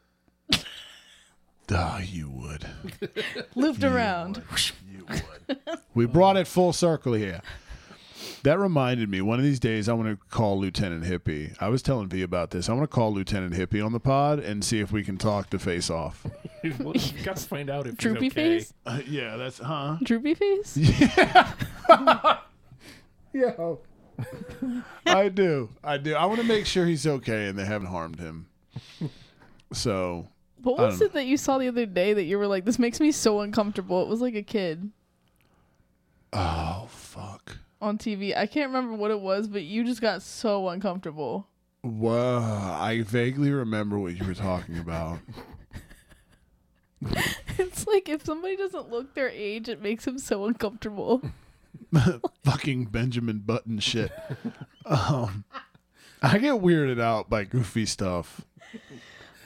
S3: Ah, you would.
S5: Looped around.
S3: We brought it full circle here. That reminded me. One of these days, I want to call Lieutenant Hippie. I was telling V about this. I want to call Lieutenant Hippie on the pod and see if we can talk to Face Off.
S4: Well, you got to find out if he's
S5: Droopy
S4: okay.
S5: face?
S3: [laughs] yeah, that's huh.
S5: Droopy face?
S3: Yeah, I do. I do. I want to make sure he's okay and they haven't harmed him. So
S5: What
S3: I
S5: was
S3: don't-
S5: it that you saw the other day that you were like, this makes me so uncomfortable? It was like a kid
S3: oh, fuck.
S5: on TV. I can't remember what it was, but you just got so uncomfortable.
S3: Wow, I vaguely remember what you were talking about.
S5: [laughs] It's like if somebody doesn't look their age, it makes him so uncomfortable.
S3: [laughs] fucking Benjamin Button shit. Um, I get weirded out by goofy stuff.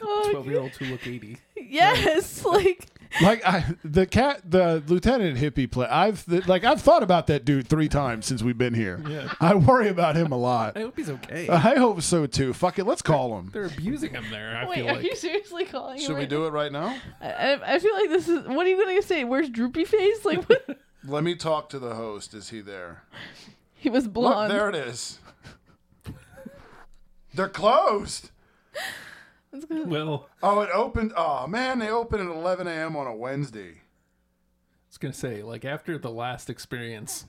S5: Oh,
S4: 12 year olds who look 80.
S5: [laughs] yes, like
S3: Like I, the cat, the lieutenant hippie play. I've th- like I've thought about that dude three times since we've been here. I worry about him a lot.
S4: I hope he's okay.
S3: I hope so too. Fuck it, let's call him.
S4: They're abusing him there, I
S5: wait,
S4: feel
S5: are
S4: like.
S5: you seriously calling him?
S2: Should we
S5: right
S2: do it right now?
S5: now? I, I feel like this is. What are you gonna say? Where's Droopy Face? Like what?
S2: Let me talk to the host. Is he there?
S5: he was
S2: Look,
S5: blonde.
S2: there it is. They're closed.
S5: It's gonna-
S4: Well, I
S2: Oh, it opened. Oh man, they open at 11 a.m. on a Wednesday.
S4: was going to say, like, after the last experience,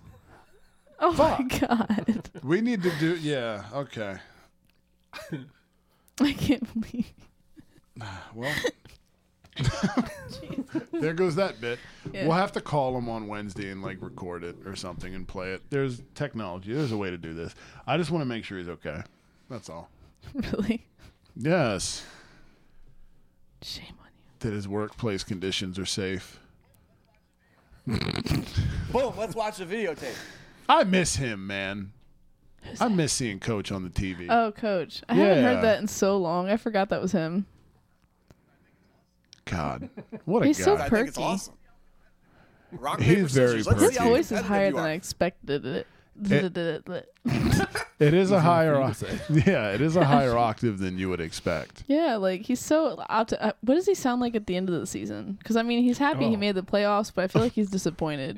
S5: [laughs] oh my [laughs] god!
S2: We need to do. Yeah. Okay.
S5: I can't believe. [laughs]
S2: Well,
S3: There goes that bit.
S5: Yeah.
S3: We'll have to call him on Wednesday and like record it or something and play it. There's technology. There's a way to do this. I just want to make sure he's okay. That's all.
S5: Really,
S3: Yes,
S5: shame on you.
S3: that his workplace conditions
S2: [laughs]
S3: are safe.
S6: Boom, let's watch the videotape.
S3: I miss him, man. I miss seeing Coach on the TV.
S5: Oh, Coach, I haven't
S3: Yeah.
S5: heard that in so long. I forgot that was him.
S3: God, what a
S5: He's so
S3: guy!
S6: I think it's
S5: Perky.
S6: awesome.
S3: [laughs]
S6: Rock,
S3: He's
S6: paper,
S3: very
S6: scissors. Let's
S3: perky.
S5: His
S6: see how
S5: voice is
S6: competitive
S5: higher
S6: you
S5: than
S6: are.
S5: I expected it. [laughs]
S3: it is a higher, [laughs] oc- yeah, it is a higher octave than you would expect.
S5: Yeah, like he's so out. To, uh, what does he sound like at the end of the season? Because I mean, he's happy he
S4: Oh.
S5: made the playoffs, but I feel like he's disappointed.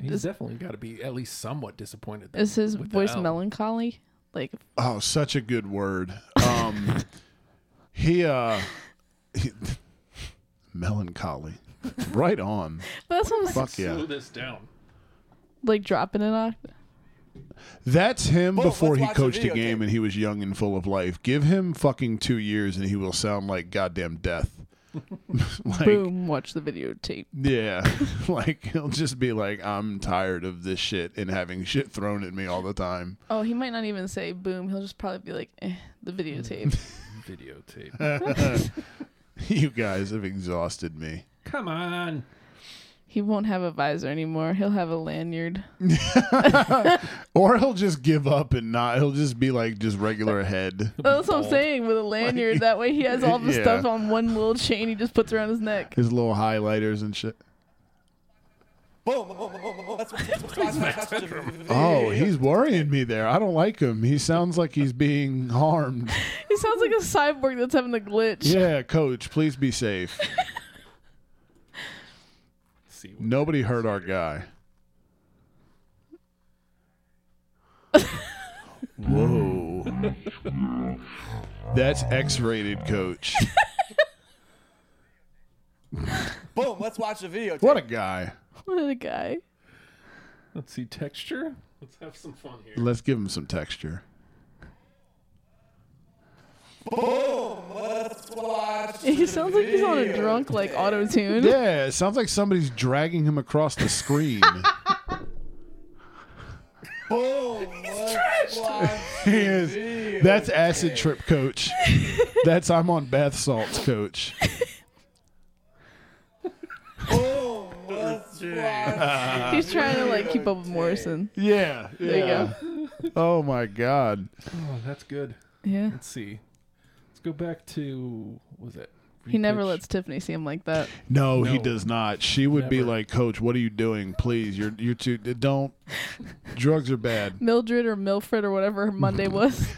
S4: [laughs] he's
S5: Is,
S4: definitely got to be at least somewhat disappointed. that-
S5: is his
S4: with the
S5: voice
S4: L.
S5: melancholy? Like,
S3: Oh, such a good word. Um, [laughs] he, uh, he- melancholy. Right [laughs] on.
S5: but that's what I'm
S3: Fuck
S4: Slow
S3: yeah.
S4: this down.
S5: like dropping it off.
S3: That's him
S6: Boom,
S3: before
S6: let's
S3: he
S6: watch the
S3: coached a
S6: video
S3: game
S6: game.
S3: and he was young and full of life. Give him fucking two years and he will sound like goddamn death. [laughs] like,
S5: Boom! Watch the videotape.
S3: Yeah. [laughs] like, he'll just be like, I'm tired of this shit and having shit thrown at me all the time. [laughs]
S5: Oh, he might not even say boom. He'll just probably be like, eh,
S4: [laughs]
S5: the videotape.
S4: Videotape.
S3: you guys have exhausted me.
S4: Come on.
S5: [laughs] he won't have a visor anymore. He'll have
S4: [laughs]
S5: a lanyard.
S3: Or he'll just give up and not. He'll just be like just regular head.
S5: That's what I'm saying with a lanyard. That way, he has
S4: [laughs]
S5: all the
S3: Yeah.
S5: stuff on one little chain. He just puts around his neck.
S3: His little highlighters and shit.
S6: Boom, boom, boom, boom, boom, boom. Let's, let's, let's watch, let's watch the video.
S3: Oh, he's worrying me there. I don't like him. He sounds like he's being harmed.
S5: He sounds like a cyborg that's having a glitch.
S3: Yeah, coach, please be safe.
S4: [laughs] see what
S3: Nobody hurt our
S4: [laughs]
S3: guy. Whoa. That's X rated, coach.
S6: Boom, let's watch the video.
S3: What a guy.
S5: [laughs] What a guy.
S4: Let's see texture. Let's have some fun here.
S3: Let's give him some texture.
S6: Let's watch.
S5: [laughs] He sounds like he's on a drunk, like auto tune.
S3: Yeah, it sounds like somebody's dragging him across the [laughs] screen.
S6: Boom, let's watch.
S3: [laughs] he is. That's acid trip coach. That's I'm on bath salts coach.
S6: Boom, let's watch.
S5: He's trying to like keep up with Morrison.
S3: Yeah.
S5: There you go.
S3: Oh my god.
S4: Oh, that's good.
S5: Yeah.
S4: Let's see. Let's go back to what was it?
S5: He never
S4: Repitch.
S5: lets Tiffany see him like that.
S3: No, he
S4: No.
S3: does not. She would be
S4: Never.
S3: like, "Coach, what are you doing? Please, you're you're too don't. Drugs are bad."
S5: Mildred or Milfred or whatever her Monday was. [laughs]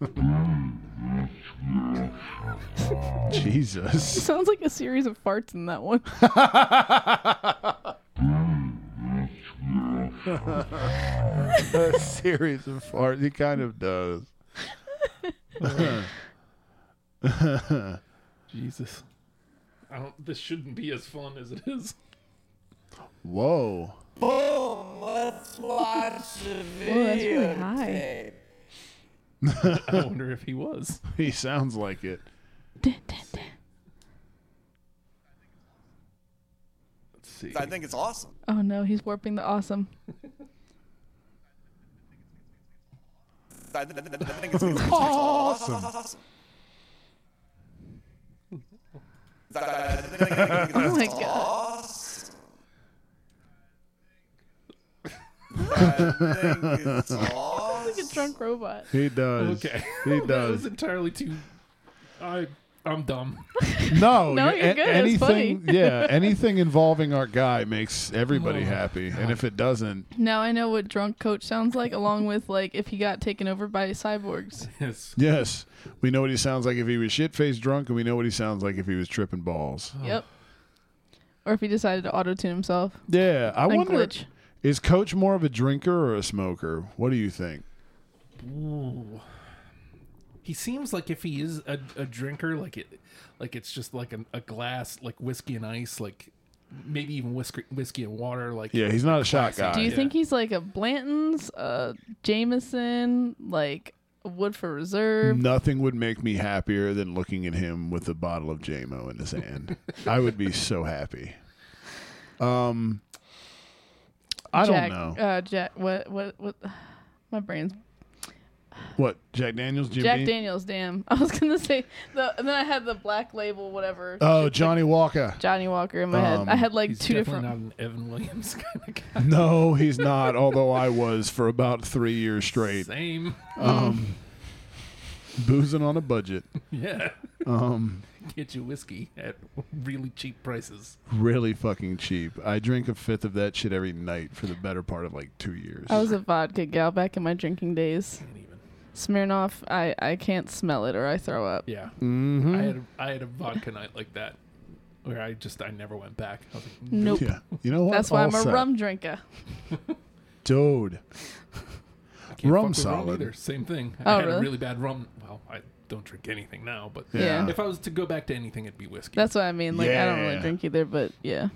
S3: [laughs] Jesus.
S5: Sounds like a series of farts in that one.
S3: a series of farts. He kind of does.
S4: Jesus. I don't, this shouldn't be as fun as it is.
S3: Whoa.
S6: Boom, let's watch the
S5: Oh, that's really
S6: video.
S5: high.
S6: tape.
S4: I wonder if he was.
S3: He sounds like it.
S4: Let's see.
S6: I think it's awesome.
S5: Oh no, he's warping the awesome.
S6: I th- I th- I think it's, it's, it's awesome.
S5: [laughs]
S6: I- I- I think it's
S5: Oh my god.
S6: awesome. I think it's awesome.
S5: Like a drunk robot.
S3: He does.
S4: Okay.
S3: He
S4: [laughs] That was
S3: does.
S4: entirely too. I I'm [laughs] dumb.
S3: No,
S5: No, you're
S3: a-
S5: good. It's
S3: Anything, [laughs]
S5: [laughs]
S3: yeah, anything involving our guy makes
S5: Oh,
S3: everybody happy, and if it doesn't,
S5: Now I know what drunk coach sounds like, along with like if he got taken over by cyborgs.
S4: Yes.
S3: yes, we know what he sounds like if he was shit faced drunk, and we know what he sounds like if he was tripping balls.
S5: Yep. Or if he decided to auto tune himself.
S3: Yeah, I
S5: And
S3: wonder,
S5: glitch.
S3: is Coach more of a drinker or a smoker? What do you think?
S4: He seems like if he is a, a drinker, like it, like it's just like a, a glass, like whiskey and ice, like maybe even whiskey whiskey and water. Like
S3: Yeah, he's not a shot
S4: Classic.
S3: guy.
S5: Do you
S4: yeah.
S5: think he's like a Blanton's, a Jameson, like a Woodford Reserve?
S3: Nothing would make me happier than looking at him with a bottle of JMO in his hand. I would be so happy. Um, I
S5: Jack,
S3: don't know
S5: Uh, Jack, what, what, what? [sighs] My brain's
S3: what Jack Daniels, Jim
S5: Jack
S3: Beam?
S5: Daniels. Damn, [laughs] I was gonna say the, and then I had the black label, whatever.
S3: Oh, Johnny Walker.
S5: Johnny Walker in my
S3: Um,
S5: head. I had like
S4: he's
S5: two
S4: definitely
S5: different.
S4: not an Evan Williams [laughs] kind of guy.
S3: No, he's not. although I was for about three years straight, Um,
S4: Same.
S3: boozing on a budget.
S4: Yeah. Um, [laughs] get you whiskey at really cheap prices.
S3: Really fucking cheap. I drink a fifth of that shit every night for the better part of like two years.
S5: I was a vodka gal back in my drinking days. Smirnoff, I I can't smell it or I throw up.
S4: Yeah. Mm-hmm. I had a, I had a vodka night like that, where I just I never went back. I was like,
S5: Nope.
S3: yeah, you know what?
S5: That's why
S3: All
S5: I'm a
S3: set.
S5: rum drinker.
S3: dude.
S4: I can't
S3: Rum
S4: fuck with
S3: solid.
S4: either. Same thing.
S5: Oh,
S4: I had
S5: really?
S4: a really bad rum. Well, I don't drink anything now, but
S5: Yeah.
S4: if I was to go back to anything, it'd be whiskey.
S5: That's what I mean. Like I don't really
S3: Yeah.
S5: drink either, but yeah.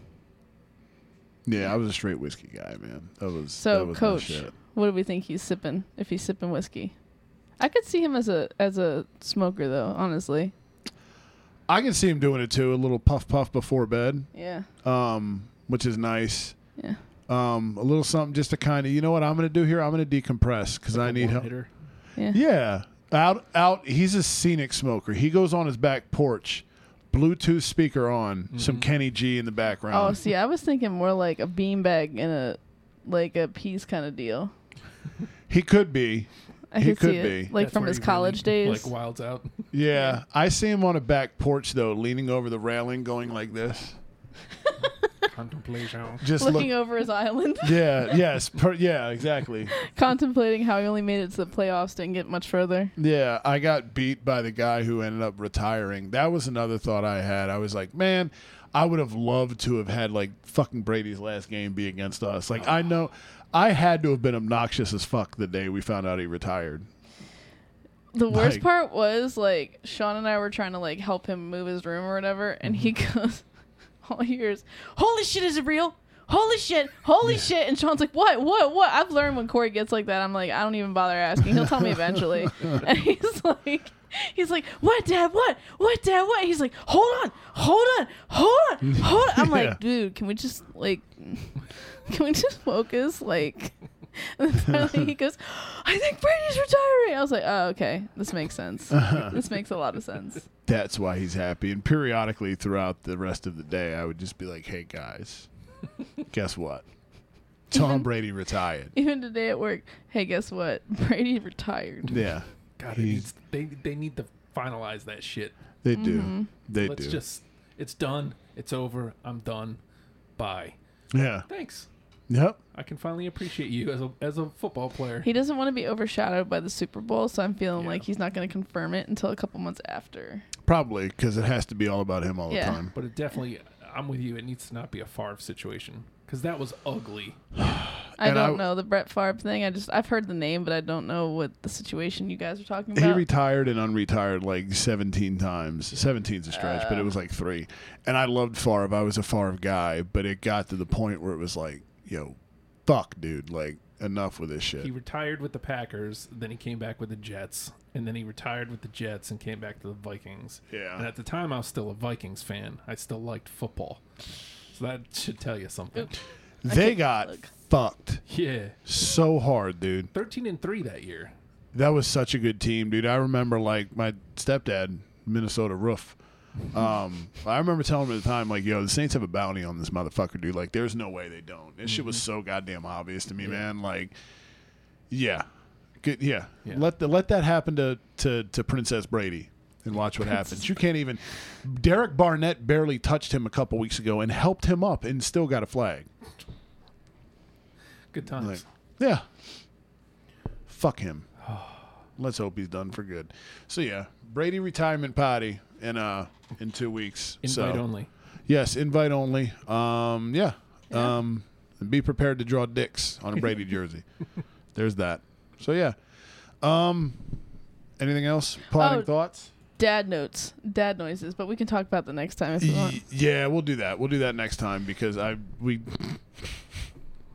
S3: Yeah, I was a straight whiskey guy, man. That was that
S5: So
S3: was my
S5: coach,
S3: shit.
S5: what do we think he's sipping? If he's sipping whiskey, I could see him as a as a smoker though. Honestly,
S3: I can see him doing it too. A little puff puff before bed,
S5: yeah,
S3: um, which is nice.
S5: yeah.
S3: Um, a little something just to kind of, you know what I'm going to do here? I'm going to decompress because I need help.
S4: Hitter.
S3: Yeah, out out. He's a scenic smoker. He goes on his back porch, Bluetooth speaker on, some Kenny G in the
S5: Mm-hmm. Oh,
S3: background.
S5: see, I was thinking more like a beanbag and a like a piece kind of deal.
S3: he could be.
S5: I
S3: He
S5: could,
S3: could
S5: see it.
S3: be.
S5: like
S4: That's
S5: from
S4: where
S5: his
S4: he really,
S5: college days.
S4: Like wilds out.
S5: [laughs]
S3: Yeah, I see him on a back porch though, leaning over the railing, going like this,
S4: Contemplation.
S3: just
S5: Looking
S3: look.
S5: over his
S3: [laughs]
S5: island, [laughs]
S3: Yeah. Yes. Per, yeah. Exactly.
S5: contemplating how he only made it to the playoffs, didn't get much further.
S3: Yeah, I got beat by the guy who ended up retiring. That was another thought I had. I was like, man, I would have loved to have had like fucking Brady's last game be against us. Like, I know I had to have been obnoxious as fuck the day we found out he retired.
S5: The worst
S3: Like-
S5: part
S3: Mm-hmm.
S5: was like Sean and I were trying to like help him move his room or whatever, and he [laughs] goes, all he hears, "Holy shit, is it real? Holy shit, holy shit!" And Sean's like, "What? What? What?" I've learned when Corey gets like that, I'm like, I don't even bother asking. He'll tell me eventually. and he's like, he's like, "What, Dad? What? What, Dad? What?" He's like, "Hold on, hold on, hold on, hold on." I'm
S3: Yeah.
S5: like, "Dude, can we just like, [laughs] can we just focus?" Like. [laughs] And then finally he goes, I think Brady's retiring. I was like, oh, okay. This makes sense. this makes a lot of sense.
S3: That's why he's happy. And periodically throughout the rest of the day, I would just be like, hey,
S5: [laughs]
S3: guys, guess what? Tom Brady retired.
S5: [laughs] Even today at work, hey, guess what? Brady retired.
S3: Yeah.
S4: God, it
S3: He's-
S4: needs, they they need to finalize that shit.
S3: They do.
S5: Mm-hmm.
S3: They
S4: Let's
S3: do.
S4: just, it's done. It's over. I'm done. Bye.
S3: yeah.
S4: Thanks.
S3: Yep.
S4: I can finally appreciate you as a as a football player.
S5: He doesn't want to be overshadowed by the Super Bowl, so I'm feeling
S4: Yeah.
S5: like he's not going to confirm it until a couple months after.
S3: Probably because it has to be all about him all
S5: Yeah.
S3: the time.
S4: But it definitely, I'm with you. It needs to not be a Favre situation because that was ugly.
S5: I
S3: And
S5: don't
S3: I-
S5: know the Brett Favre thing. I just I've heard the name, but I don't know what the situation you guys are talking
S3: He
S5: about.
S3: retired and unretired like 17 times. 17's a stretch, but it was like three. And I loved Favre. I was a Favre guy, but it got to the point where it was like, yo, fuck, dude. Like, enough with this shit.
S4: He retired with the Packers, then he came back with the Jets, and then he retired with the Jets and came back to the Vikings.
S3: Yeah.
S4: And at the time, I was still a Vikings fan. I still liked football, so that should tell you something.
S3: they got fucked
S4: Yeah,
S3: so hard, dude.
S4: thirteen and three that year.
S3: That was such a good team, dude. I remember like my stepdad, Minnesota Roof. Um, [laughs] I remember telling him at the time, like, yo, the Saints have a bounty on this motherfucker, dude. Like, there's no way they don't. This shit was so goddamn obvious to me, man. Like, yeah, good, yeah.
S4: Yeah.
S3: Let the, let that happen to, to to Princess Brady and watch what happens. You can't even. Derek Barnett barely touched him a couple weeks ago and helped him up and still got a flag.
S4: Good times.
S3: Yeah. Fuck him. Let's hope he's done for good. So yeah, Brady retirement party in uh in two weeks.
S4: Invite
S3: so,
S4: only.
S3: Yes, invite only. Um, yeah. Um, and be prepared to draw dicks on a Brady [laughs] jersey. There's that. So yeah. Um, anything else? Plotting
S5: Oh,
S3: thoughts?
S5: dad notes, dad noises, but we can talk about the next time if you want.
S3: Y- yeah, we'll do that. We'll do that next time because I we. [laughs]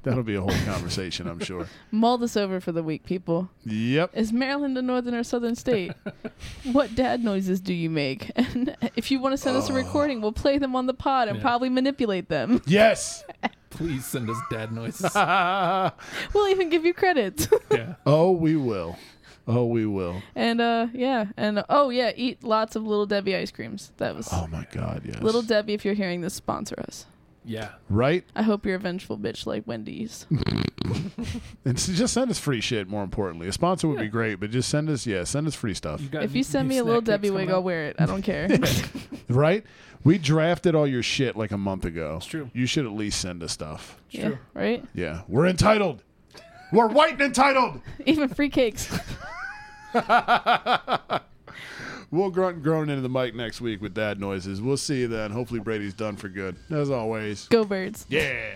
S3: That'll be a whole conversation, I'm sure.
S5: Mull this over for the week, people.
S3: Yep.
S5: Is Maryland a northern or southern
S3: [laughs]
S5: state? what dad noises do you make? [laughs] And if you want to send us
S3: Uh.
S5: a recording, we'll play them on the pod and
S4: Yeah.
S5: probably manipulate them. [laughs]
S3: Yes.
S4: Please send us dad noises.
S5: we'll even give you credits. [laughs]
S4: yeah.
S3: Oh, we will. Oh, we will.
S5: and uh yeah, and oh yeah, eat lots of little Debbie ice creams. That was
S3: Oh my God, yes.
S5: Little Debbie if you're hearing this sponsor us.
S4: Yeah.
S3: right?
S5: I hope you're a vengeful bitch
S4: [laughs]
S5: like Wendy's.
S3: And s- just send us free shit. More importantly, a sponsor would be great, but just send us, yeah, send us free stuff,
S4: got
S5: if you send me a
S4: snack
S5: little
S4: cakes
S5: Debbie
S4: coming
S5: wig, I'll
S4: up?
S5: wear it. I
S4: [laughs]
S5: don't care.
S3: right? We drafted all your shit like a month ago. It's
S4: true.
S3: You should at least send us stuff.
S5: yeah, right?
S3: Yeah, we're entitled. We're white and entitled.
S5: Even free cakes.
S3: We'll grunt and groan into the mic next week with dad noises. We'll see you then. Hopefully, Brady's done for good. As always.
S5: Go birds.
S2: Yeah.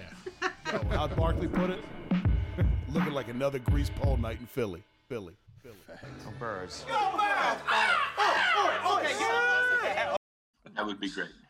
S2: how'd Barkley put it? [laughs] Looking like another grease pole night in Philly. Philly. Philly.
S7: Birds.
S6: Okay, yeah.
S7: That would be great.